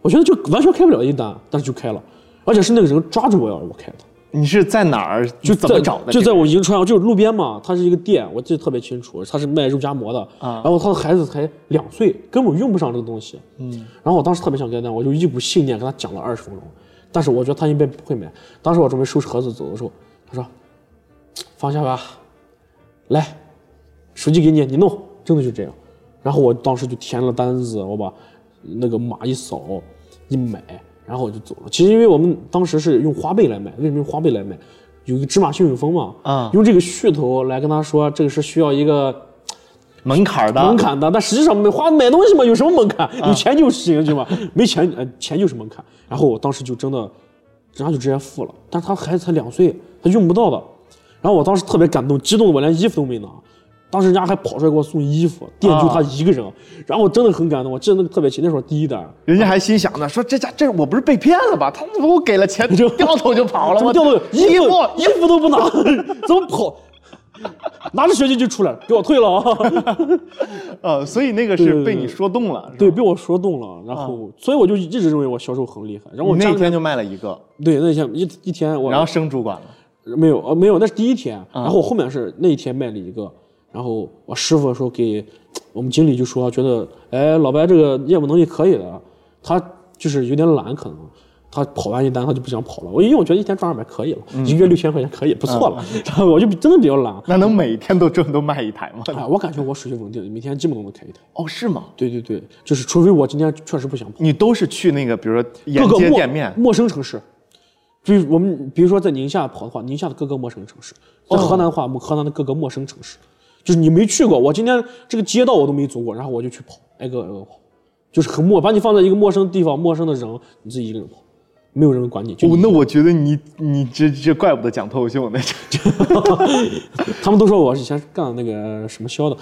[SPEAKER 6] 我觉得就完全开不了一单，但是就开了，而且是那个人抓住我要让我开的。
[SPEAKER 1] 你是在哪儿？
[SPEAKER 6] 就
[SPEAKER 1] 怎么
[SPEAKER 6] 在
[SPEAKER 1] 找的这
[SPEAKER 6] 就
[SPEAKER 1] 个？
[SPEAKER 6] 在我银川，就是路边嘛，它是一个店，我记得特别清楚，它是卖肉夹馍的。
[SPEAKER 1] 啊
[SPEAKER 6] 然后他的孩子才两岁，根本用不上这个东西。嗯。然后我当时特别想跟他，我就一股信念跟他讲了二十分钟，但是我觉得他应该不会买。当时我准备收拾盒子走的时候，他说：“放下吧，来，手机给你，你弄。”真的就这样。然后我当时就填了单子，我把那个码一扫，一买，然后我就走了。其实因为我们当时是用花呗来买，为什么用花呗来买？有一个芝麻信用风嘛，
[SPEAKER 1] 啊
[SPEAKER 6] 用这个噱头来跟他说，这个是需要一个
[SPEAKER 1] 门槛儿的
[SPEAKER 6] 门槛的，但实际上买花买东西嘛，有什么门槛？有钱就是 <laughs> 行，对吧？没钱，呃，钱就是门槛。然后我当时就真的，人家就直接付了，但是他孩子才两岁，他用不到的。然后我当时特别感动，激动的我连衣服都没拿。当时人家还跑出来给我送衣服，店就他一个人，然后我真的很感动，我记得那个特别清，那是我第一单，
[SPEAKER 1] 人家还心想呢，说这家这我不是被骗了吧？他给我给了钱， <laughs> 就掉头就跑了，
[SPEAKER 6] 怎么
[SPEAKER 1] 我
[SPEAKER 6] 掉到衣
[SPEAKER 1] 衣
[SPEAKER 6] 服
[SPEAKER 1] 服
[SPEAKER 6] 衣服都 <laughs> 不拿，怎么跑？拿着学籍就出来，给我退了 <laughs> 啊！
[SPEAKER 1] 呃，所以那个是被你说动了。是吧
[SPEAKER 6] 对，被我说动了，然后、所以我就一直认为我销售很厉害。然后我
[SPEAKER 1] 你
[SPEAKER 6] 家
[SPEAKER 1] 那
[SPEAKER 6] 里面
[SPEAKER 1] 天就卖了一个，
[SPEAKER 6] 对，那一天一一天我
[SPEAKER 1] 然后嗯升主管了。
[SPEAKER 6] 没有呃没有，那是第一天，然后我后面是那一天卖了一个，然后我师傅说给我们经理就说觉得哎老白这个业务能力可以的，他就是有点懒可能。他跑完一单，他就不想跑了。我因为我觉得一天赚二百可以了，
[SPEAKER 1] 嗯
[SPEAKER 6] 一个月六千块钱可以，不错了。然后我就比真的比较懒，
[SPEAKER 1] 那能每天都这么都卖一台吗？
[SPEAKER 6] 哎，我感觉我属于稳定，每天基本都能开一台。
[SPEAKER 1] 哦，是吗？
[SPEAKER 6] 对对对，就是除非我今天确实不想跑。
[SPEAKER 1] 你都是去那个，比如说沿
[SPEAKER 6] 各个
[SPEAKER 1] 街
[SPEAKER 6] 陌
[SPEAKER 1] 店面，
[SPEAKER 6] 陌生城市。就是我们比如说在宁夏跑的话，宁夏的各个陌生城市；
[SPEAKER 1] 哦
[SPEAKER 6] 在河南的话，我们河南的各个陌生城市。就是你没去过，我今天这个街道我都没走过，然后我就去跑，挨个挨个跑，就是很陌，把你放在一个陌生地方、陌生的人，你自己一个人跑，没有人管你。就
[SPEAKER 1] 哦
[SPEAKER 6] 你，
[SPEAKER 1] 那我觉得你你这这怪不得讲脱口秀呢， <laughs>
[SPEAKER 6] 他们都说我以前是干那个什么销的，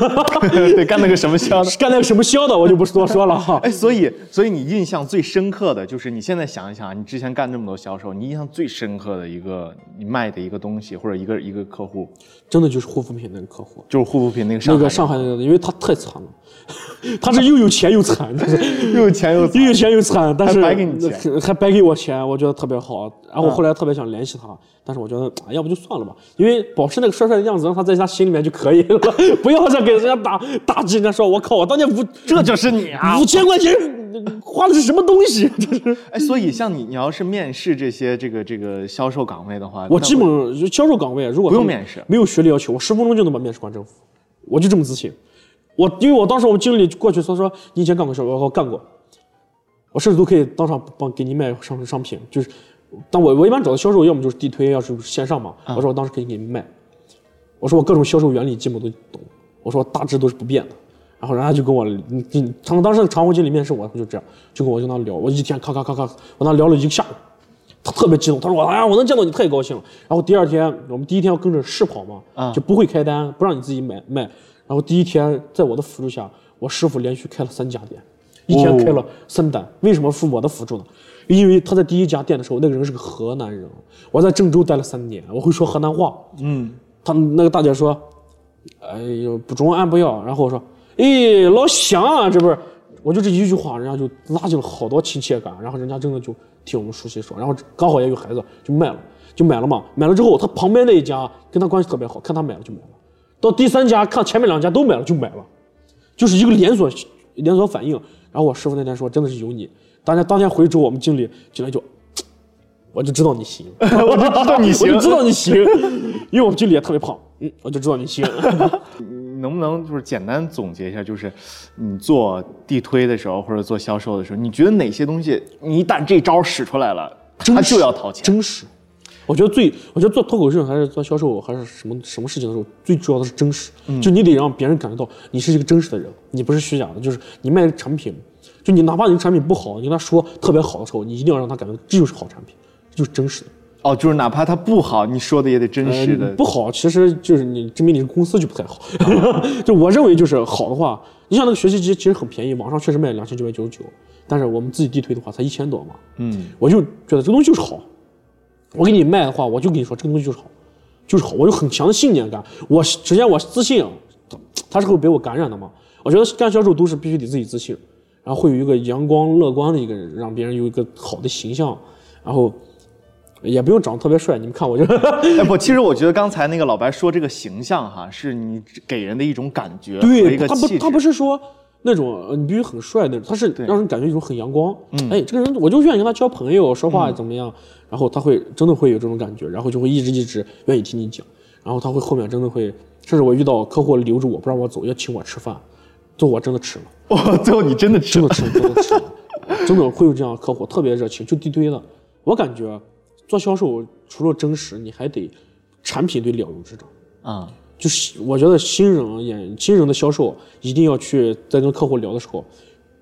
[SPEAKER 6] <laughs>
[SPEAKER 1] 对，干那个什么香的。
[SPEAKER 6] 干那个什么销的，我就不多说了哈。
[SPEAKER 1] 哎，所以所以你印象最深刻的就是你现在想一想，你之前干这么多销售，你印象最深刻的一个你卖的一个东西或者一个一个客户，
[SPEAKER 6] 真的就是护肤品那个客户，
[SPEAKER 1] 就是护肤品那个上海
[SPEAKER 6] 那个
[SPEAKER 1] 人
[SPEAKER 6] 上海那个，因为他太惨了， <laughs> 他是又有钱又惨，就是
[SPEAKER 1] 又有钱又惨
[SPEAKER 6] 又有钱又惨，但是
[SPEAKER 1] 还白给你钱
[SPEAKER 6] 还白给我钱，我觉得特别好。然后我后来特别想联系他，但是我觉得哎要不就算了吧，因为保持那个帅帅的样子，让他在他心里面就可以了， <laughs> 不要再给人家打打击。人家说我靠，我当年五
[SPEAKER 1] <laughs> 这就是你啊
[SPEAKER 6] 五！千块钱花的是什么东西？ <laughs> 这是
[SPEAKER 1] 哎，所以像你，你要是面试这些这个这个销售岗位的话，
[SPEAKER 6] 我
[SPEAKER 1] 啊那
[SPEAKER 6] 基本就销售岗位，如果
[SPEAKER 1] 不用
[SPEAKER 6] 他们
[SPEAKER 1] 面试
[SPEAKER 6] 没有学历要求，我十分钟就能把面试官征服，我就这么自信。我因为我当时我们经理过去说说你以前干过什么，我说我干过，我甚至都可以当场帮给你卖商商品，就是，但我我一般找的销售要么就是地推，要是线上嘛，
[SPEAKER 1] 嗯
[SPEAKER 6] 我说我当时可以给你卖，我说我各种销售原理基本都懂，我说我大致都是不变的。然后人家就跟我，你你他们当时的常务经理面试我，他就这样，就跟我跟他聊，我一天咔咔咔咔，我跟他聊了一个下午，他特别激动，他说我哎呀，我能见到你太高兴了。然后第二天，我们第一天要跟着试跑嘛，就不会开单，不让你自己买卖。然后第一天，在我的辅助下，我师傅连续开了三家店，一天开了三单。为什么是我的辅助呢？因为他在第一家店的时候，那个人是个河南人，我在郑州待了三年，我会说河南话。嗯，他那个大姐说，哎呦，不中俺不要。然后我说，哎，老乡啊，这不是，我就这一句话，人家就拉近了好多亲切感，然后人家真的就替我们熟悉说，然后刚好也有孩子，就卖了，就买了嘛。买了之后，他旁边那一家跟他关系特别好，看他买了就买了，到第三家看前面两家都买了就买了，就是一个连锁连锁反应。然后我师傅那天说，真的是有你。当天当天回之后，我们经理进来就，我就知道你行，
[SPEAKER 1] <laughs> 我就知道你
[SPEAKER 6] <laughs> 我
[SPEAKER 1] 行，
[SPEAKER 6] 就知道你行，因为我们经理也特别胖，嗯，我就知道你行。
[SPEAKER 1] 你能不能就是简单总结一下，就是你做地推的时候或者做销售的时候，你觉得哪些东西你一旦这招使出来了，他就要掏钱？
[SPEAKER 6] 真实。我觉得最，我觉得做脱口秀还是做销售还是什么什么事情的时候，最主要的是真实，
[SPEAKER 1] 嗯
[SPEAKER 6] 就你得让别人感觉到你是一个真实的人，你不是虚假的。就是你卖产品，就你哪怕你的产品不好，你跟他说特别好的时候，你一定要让他感觉这就是好产品，这就是真实的。
[SPEAKER 1] 哦，就是哪怕他不好，你说的也得真实的。
[SPEAKER 6] 嗯不好，其实就是你证明你公司就不太好。 <laughs> 就我认为就是好的话，你像那个学习机其实很便宜，网上确实卖两千九百九十九，但是我们自己地推的话才一千多嘛。嗯，我就觉得这个东西就是好，我给你卖的话，我就跟你说这个东西就是好，就是好，我有很强的信念感。我首先我自信，它它是会被我感染的嘛。我觉得干销售都是必须得自己自信，然后会有一个阳光乐观的一个人，让别人有一个好的形象，然后。也不用长得特别帅，你们看我就
[SPEAKER 1] 哎不，其实我觉得刚才那个老白说这个形象哈，是你给人的一种感觉和一
[SPEAKER 6] 对
[SPEAKER 1] 个
[SPEAKER 6] 他
[SPEAKER 1] 气
[SPEAKER 6] 不
[SPEAKER 1] 质。
[SPEAKER 6] 他不是说那种呃你必须很帅那种，他是让人感觉一种很阳光。
[SPEAKER 1] 嗯
[SPEAKER 6] 哎，这个人我就愿意跟他交朋友，说话怎么样，然后他会真的会有这种感觉，然后就会一直一直愿意听你讲，然后他会后面真的会，甚至我遇到客户留着我不让我走，要请我吃饭，最后我真的吃了，
[SPEAKER 1] 哇，最后你真的吃
[SPEAKER 6] 真
[SPEAKER 1] 了
[SPEAKER 6] 的吃了，真的吃了，真的会有这样的客户特别热情，就地推的。我感觉做销售除了真实，你还得产品得了如指掌。
[SPEAKER 1] 啊、
[SPEAKER 6] 就是我觉得新人演新人的销售一定要去在跟客户聊的时候，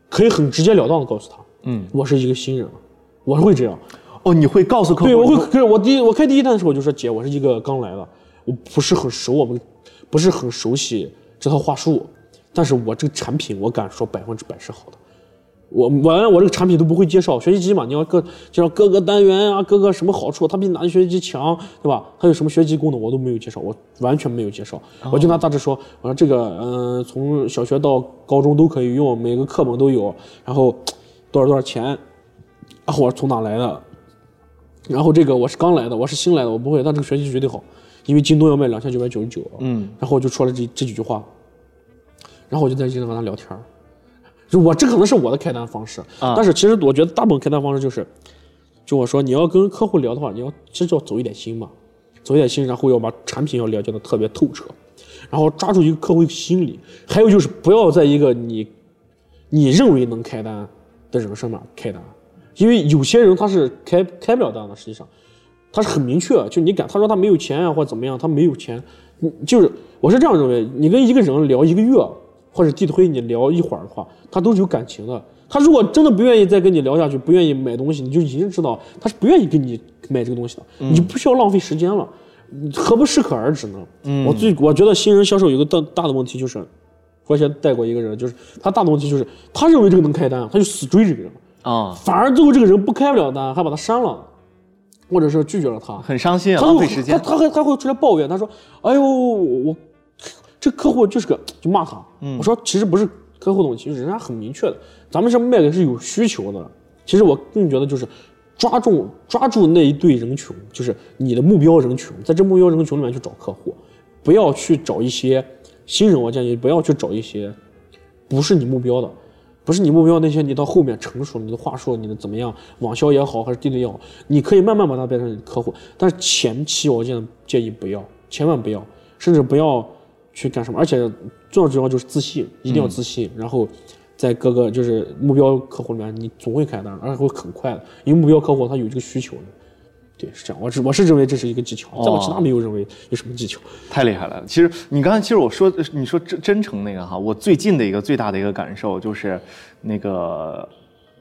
[SPEAKER 6] 可以很直截了当的告诉他，
[SPEAKER 1] 嗯，
[SPEAKER 6] 我是一个新人，我会这样，
[SPEAKER 1] 哦，你会告诉客户？
[SPEAKER 6] 对我会，可我第一我开第一单的时候我就说姐，我是一个刚来的，我不是很熟，我们不是很熟悉这套话术，但是我这个产品我敢说百分之百是好的。我完了，我这个产品都不会介绍，学习机嘛，你要各介绍各个单元啊，各个什么好处，它比哪个学习机强，对吧？它有什么学习机功能我都没有介绍，我完全没有介绍，
[SPEAKER 1] 哦
[SPEAKER 6] 我就拿大致说，我说这个，嗯、从小学到高中都可以用，每个课本都有，然后多少多少钱，然后我是从哪来的，然后这个我是刚来的，我是新来的，我不会，但这个学习绝对好，因为京东要卖两千九百九十九。嗯，然后我就说了这这几句话，然后我就在一直跟他聊天儿就我这可能是我的开单方式，但是其实我觉得大部分开单方式就是，就我说你要跟客户聊的话，你要其实要走一点心嘛，走一点心，然后要把产品要了解的特别透彻，然后抓住一个客户心理，还有就是不要在一个你你认为能开单的人身上开单，因为有些人他是开开不了单的，实际上他是很明确，就你敢他说他没有钱啊或者怎么样，他没有钱，你就是我是这样认为，你跟一个人聊一个月或者地推你聊一会儿的话，他都是有感情的。他如果真的不愿意再跟你聊下去，不愿意买东西，你就已经知道他是不愿意跟你买这个东西的，你就不需要浪费时间了，何不适可而止呢？嗯、我最我觉得新人销售有一个大大的问题就是，我以前带过一个人，就是他大的问题就是他认为这个能开单，他就死追这个人，
[SPEAKER 1] 啊、
[SPEAKER 6] 反而最后这个人不开不了单，还把他删了，或者是拒绝了他，
[SPEAKER 1] 很伤心啊，
[SPEAKER 6] 他
[SPEAKER 1] 浪
[SPEAKER 6] 就
[SPEAKER 1] 费时间
[SPEAKER 6] 他他还他会出来抱
[SPEAKER 1] 嗯
[SPEAKER 6] 怨，他说：“哎呦，我我这客户就是个就骂他。我说：“其实不是客户懂，其实人家很明确的，咱们是卖的是有需求的。其实我更觉得就是抓住抓住那一对人群，就是你的目标人群，在这目标人群里面去找客户，不要去找一些新人，我建议不要去找一些不是你目标的。不是你目标那些，你到后面成熟了，你的话术，你的怎么样，网销也好，还是地雷也好，你可以慢慢把它变成你的客户。但是前期我建建议不要，千万不要，甚至不要去干什么。而且重要重要就是自信，一定要自信。然后在各个就是目标客户里面，你总会开单，而且会很快的，因为目标客户他有这个需求的。对，是这样。我是我是认为这是一个技巧，但我其他没有认为有什么技巧。
[SPEAKER 1] 太厉害了！其实你刚才其实我说你说真真诚那个哈，我最近的一个最大的一个感受就是那个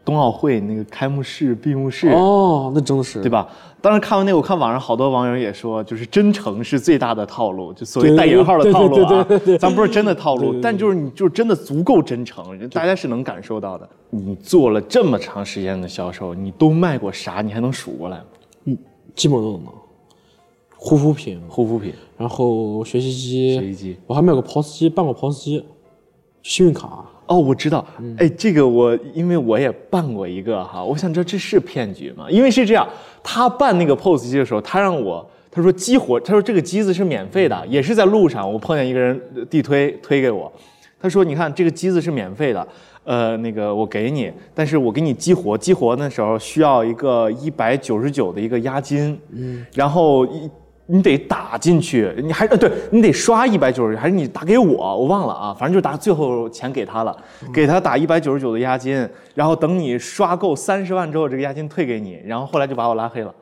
[SPEAKER 1] 冬奥会那个开幕式、闭幕式，
[SPEAKER 6] 哦，那真的是
[SPEAKER 1] 对吧？当时看完那个，我看网上好多网友也说，就是真诚是最大的套路，就所谓
[SPEAKER 6] 对
[SPEAKER 1] 带引号的
[SPEAKER 6] 对对
[SPEAKER 1] 套路
[SPEAKER 6] 对
[SPEAKER 1] 啊
[SPEAKER 6] 对对，对
[SPEAKER 1] 咱不是真的套
[SPEAKER 6] 对对
[SPEAKER 1] 路，
[SPEAKER 6] 对
[SPEAKER 1] 但就是你就是真的足够真诚，人大家是能感受到的。你做了这么长时间的销售，你都卖过啥？你还能数过来吗？
[SPEAKER 6] 基本都能拿。护肤品，
[SPEAKER 1] 护肤品、
[SPEAKER 6] 然后学习机，
[SPEAKER 1] 洗衣机。
[SPEAKER 6] 我还卖过 POS 机，办过 POS 机，信用卡。
[SPEAKER 1] 哦，我知道，哎，这个我因为我也办过一个哈，我想知道这是骗局吗？因为是这样，他办那个 POS 机的时候，他让我他说激活，他说这个机子是免费的，也是在路上我碰见一个人呃地推推给我，他说你看这个机子是免费的，呃，那个我给你，但是我给你激活，激活那时候需要一个一百九十九的一个押金，嗯，然后一。你得打进去，你还呃对你得刷一百九十，还是你打给我？我忘了啊，反正就打最后钱给他了，给他打一百九十九的押金，然后等你刷够三十万之后，这个押金退给你，然后后来就把我拉黑了。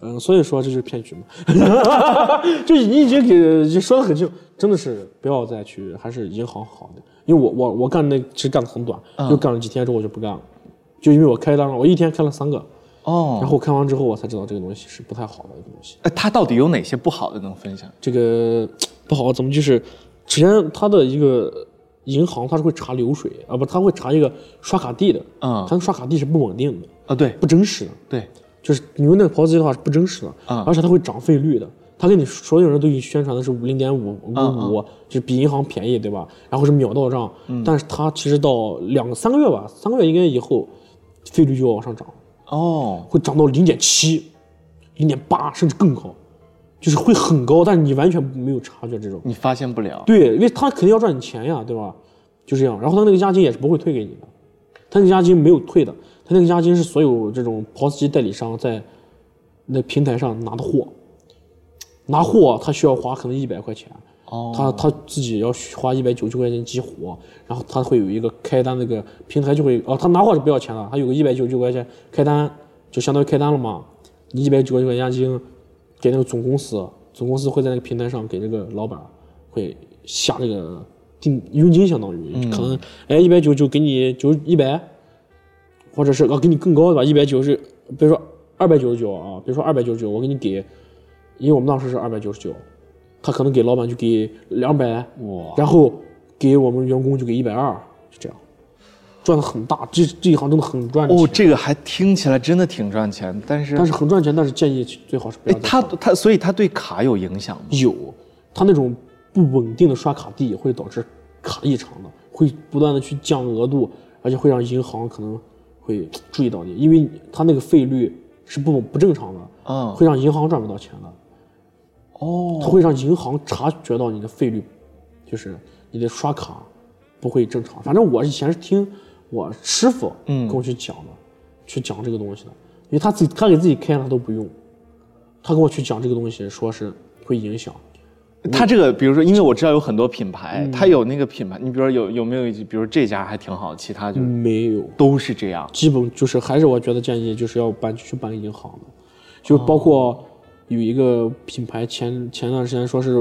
[SPEAKER 6] 嗯，所以说这就是骗
[SPEAKER 1] <laughs>
[SPEAKER 6] 局嘛，就你已经给就说的很清楚，真的是不要再去，还是银行好的，因为我我我干那其实干的很短，
[SPEAKER 1] 嗯
[SPEAKER 6] 就干了几天之后我就不干了，就因为我开单了，我一天开了三个，
[SPEAKER 1] 哦
[SPEAKER 6] 然后开完之后我才知道这个东西是不太好的一个东西，
[SPEAKER 1] 哎，他到底有哪些不好的能分享？
[SPEAKER 6] 这个不好怎么就是，首先它的一个银行它是会查流水啊不，它会查一个刷卡地的，
[SPEAKER 1] 嗯
[SPEAKER 6] 它刷卡地是不稳定的，
[SPEAKER 1] 啊，对
[SPEAKER 6] 不真实的，
[SPEAKER 1] 对，
[SPEAKER 6] 就是你用那个 POS 机的话是不真实的，
[SPEAKER 1] 啊
[SPEAKER 6] 而且它会涨费率的。他跟你所有人都已经宣传的是零点五五
[SPEAKER 1] 啊
[SPEAKER 6] 五，就是比银行便宜，对吧？然后是秒到账，
[SPEAKER 1] 嗯
[SPEAKER 6] 但是它其实到两三个月吧，三个月应该以后，费率就要往上涨，
[SPEAKER 1] 哦，
[SPEAKER 6] 会涨到零点七、零点八，甚至更高，就是会很高，但是你完全没有察觉这种。
[SPEAKER 1] 你发现不了。
[SPEAKER 6] 对，因为他肯定要赚你钱呀，对吧？就这样，然后他那个押金也是不会退给你的，他那个押金没有退的，他那个押金是所有这种 POS 机代理商在那平台上拿的货，拿货他需要花可能一百块钱，
[SPEAKER 1] 哦
[SPEAKER 6] 他他自己要花一百九十块钱激活，然后他会有一个开单那个平台就会哦，他拿货是不要钱的，他有个一百九十块钱开单，就相当于开单了嘛，你一百九十块钱押金给那个总公司，总公司会在那个平台上给这个老板会下这个定佣金，相当于、可能哎一百九就给你九一百，或者是啊给你更高的吧，一百九十，别说二百九十九啊，别说二百九十九，我给你给，因为我们当时是二百九十九，他可能给老板就给两百，
[SPEAKER 1] 哇，
[SPEAKER 6] 然后给我们员工就给一百二，就这样，赚的很大，这这一行真的很赚钱，
[SPEAKER 1] 哦，这个还听起来真的挺赚钱，但是
[SPEAKER 6] 但是很赚钱，但是建议最好是不
[SPEAKER 1] 哎
[SPEAKER 6] 要，再
[SPEAKER 1] 他
[SPEAKER 6] 做
[SPEAKER 1] 他所以他对卡有影响吗？
[SPEAKER 6] 有，他那种不稳定的刷卡地会导致卡异常的，会不断的去降额度，而且会让银行可能会注意到你，因为他那个费率是不不正常的，
[SPEAKER 1] 嗯
[SPEAKER 6] 会让银行赚不到钱的。哦，它会让银行察觉到你的费率，就是你的刷卡不会正常。反正我以前是听我师傅跟我去讲的，去讲这个东西的，因为他自己他给自己开了他都不用，他跟我去讲这个东西，说是会影响。
[SPEAKER 1] 它这个，比如说，因为我知道有很多品牌，它有那个品牌，你比如说有有没有一，比如这家还挺好，其他就
[SPEAKER 6] 没有，
[SPEAKER 1] 都是这样。
[SPEAKER 6] 基本就是还是我觉得建议就是要办去办银行的，就包括有一个品牌前前段时间说是，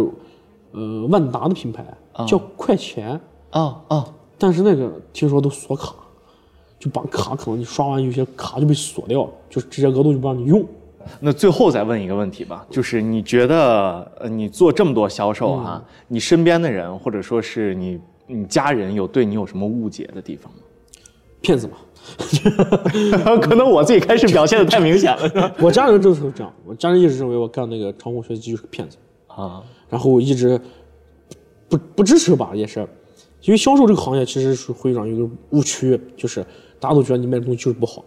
[SPEAKER 6] 呃，万达的品牌叫快钱，
[SPEAKER 1] 啊啊
[SPEAKER 6] 但是那个听说都锁卡，就把卡可能你刷完有些卡就被锁掉，就是直接额度就不让你用。
[SPEAKER 1] 那最后再问一个问题吧，就是你觉得，呃，你做这么多销售哈、你身边的人或者说是你你家人有对你有什么误解的地方吗？
[SPEAKER 6] 骗子嘛，
[SPEAKER 1] <laughs> 可能我自己开始表现的太明显了
[SPEAKER 6] 我家人就是这样，我家人一直认为我干那个长虹学习机就是个骗子，
[SPEAKER 1] 啊
[SPEAKER 6] 然后我一直不不支持吧，也是，因为销售这个行业其实是会让有一个误区，就是大家都觉得你卖的东西就是不好，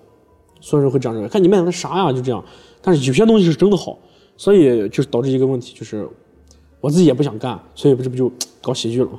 [SPEAKER 6] 所以说会这样认为，看你卖的那啥呀，就这样。但是有些东西是真的好，所以就是导致一个问题，就是我自己也不想干，所以不这不就搞喜剧了吗？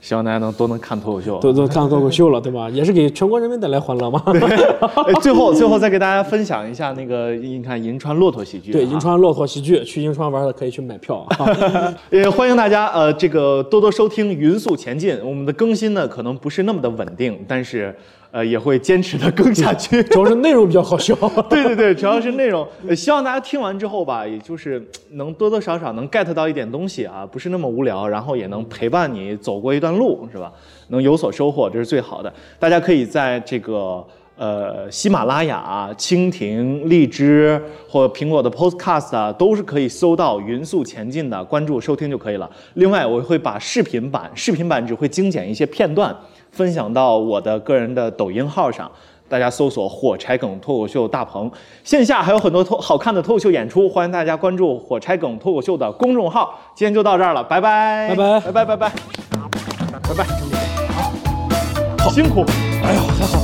[SPEAKER 1] 希望大家能都能看脱口秀。
[SPEAKER 6] 都都看脱口秀了，对吧？也是给全国人民带来欢乐嘛。
[SPEAKER 1] 哎，最后最后再给大家分享一下那个，你看银川骆驼喜剧、啊，
[SPEAKER 6] <laughs> 对，银川骆驼喜剧，去银川玩的可以去买票啊。
[SPEAKER 1] 也欢迎大家呃，这个多多收听《匀速前进》，我们的更新呢可能不是那么的稳定，但是呃也会坚持的更下去。
[SPEAKER 6] 主要是内容比较好笑。
[SPEAKER 1] <laughs> 对对对，主要是内容，呃希望大家听完之后吧，也就是嗯能多多少少能 get 到一点东西啊，不是那么无聊，然后也能陪伴你走过一段路，是吧？能有所收获，这是最好的。大家可以在这个呃喜马拉雅、蜻蜓、荔枝或苹果的 Podcast 啊，都是可以搜到“匀速前进”的，关注收听就可以了。另外，我会把视频版，视频版只会精简一些片段，分享到我的个人的抖音号上。大家搜索“火柴梗脱口秀大鹏”，线下还有很多脱好看的脱口秀演出，欢迎大家关注“火柴梗脱口秀”的公众号。今天就到这儿了，拜拜，
[SPEAKER 6] 拜拜
[SPEAKER 1] 拜拜，拜拜，拜拜，好辛苦。
[SPEAKER 6] 还好。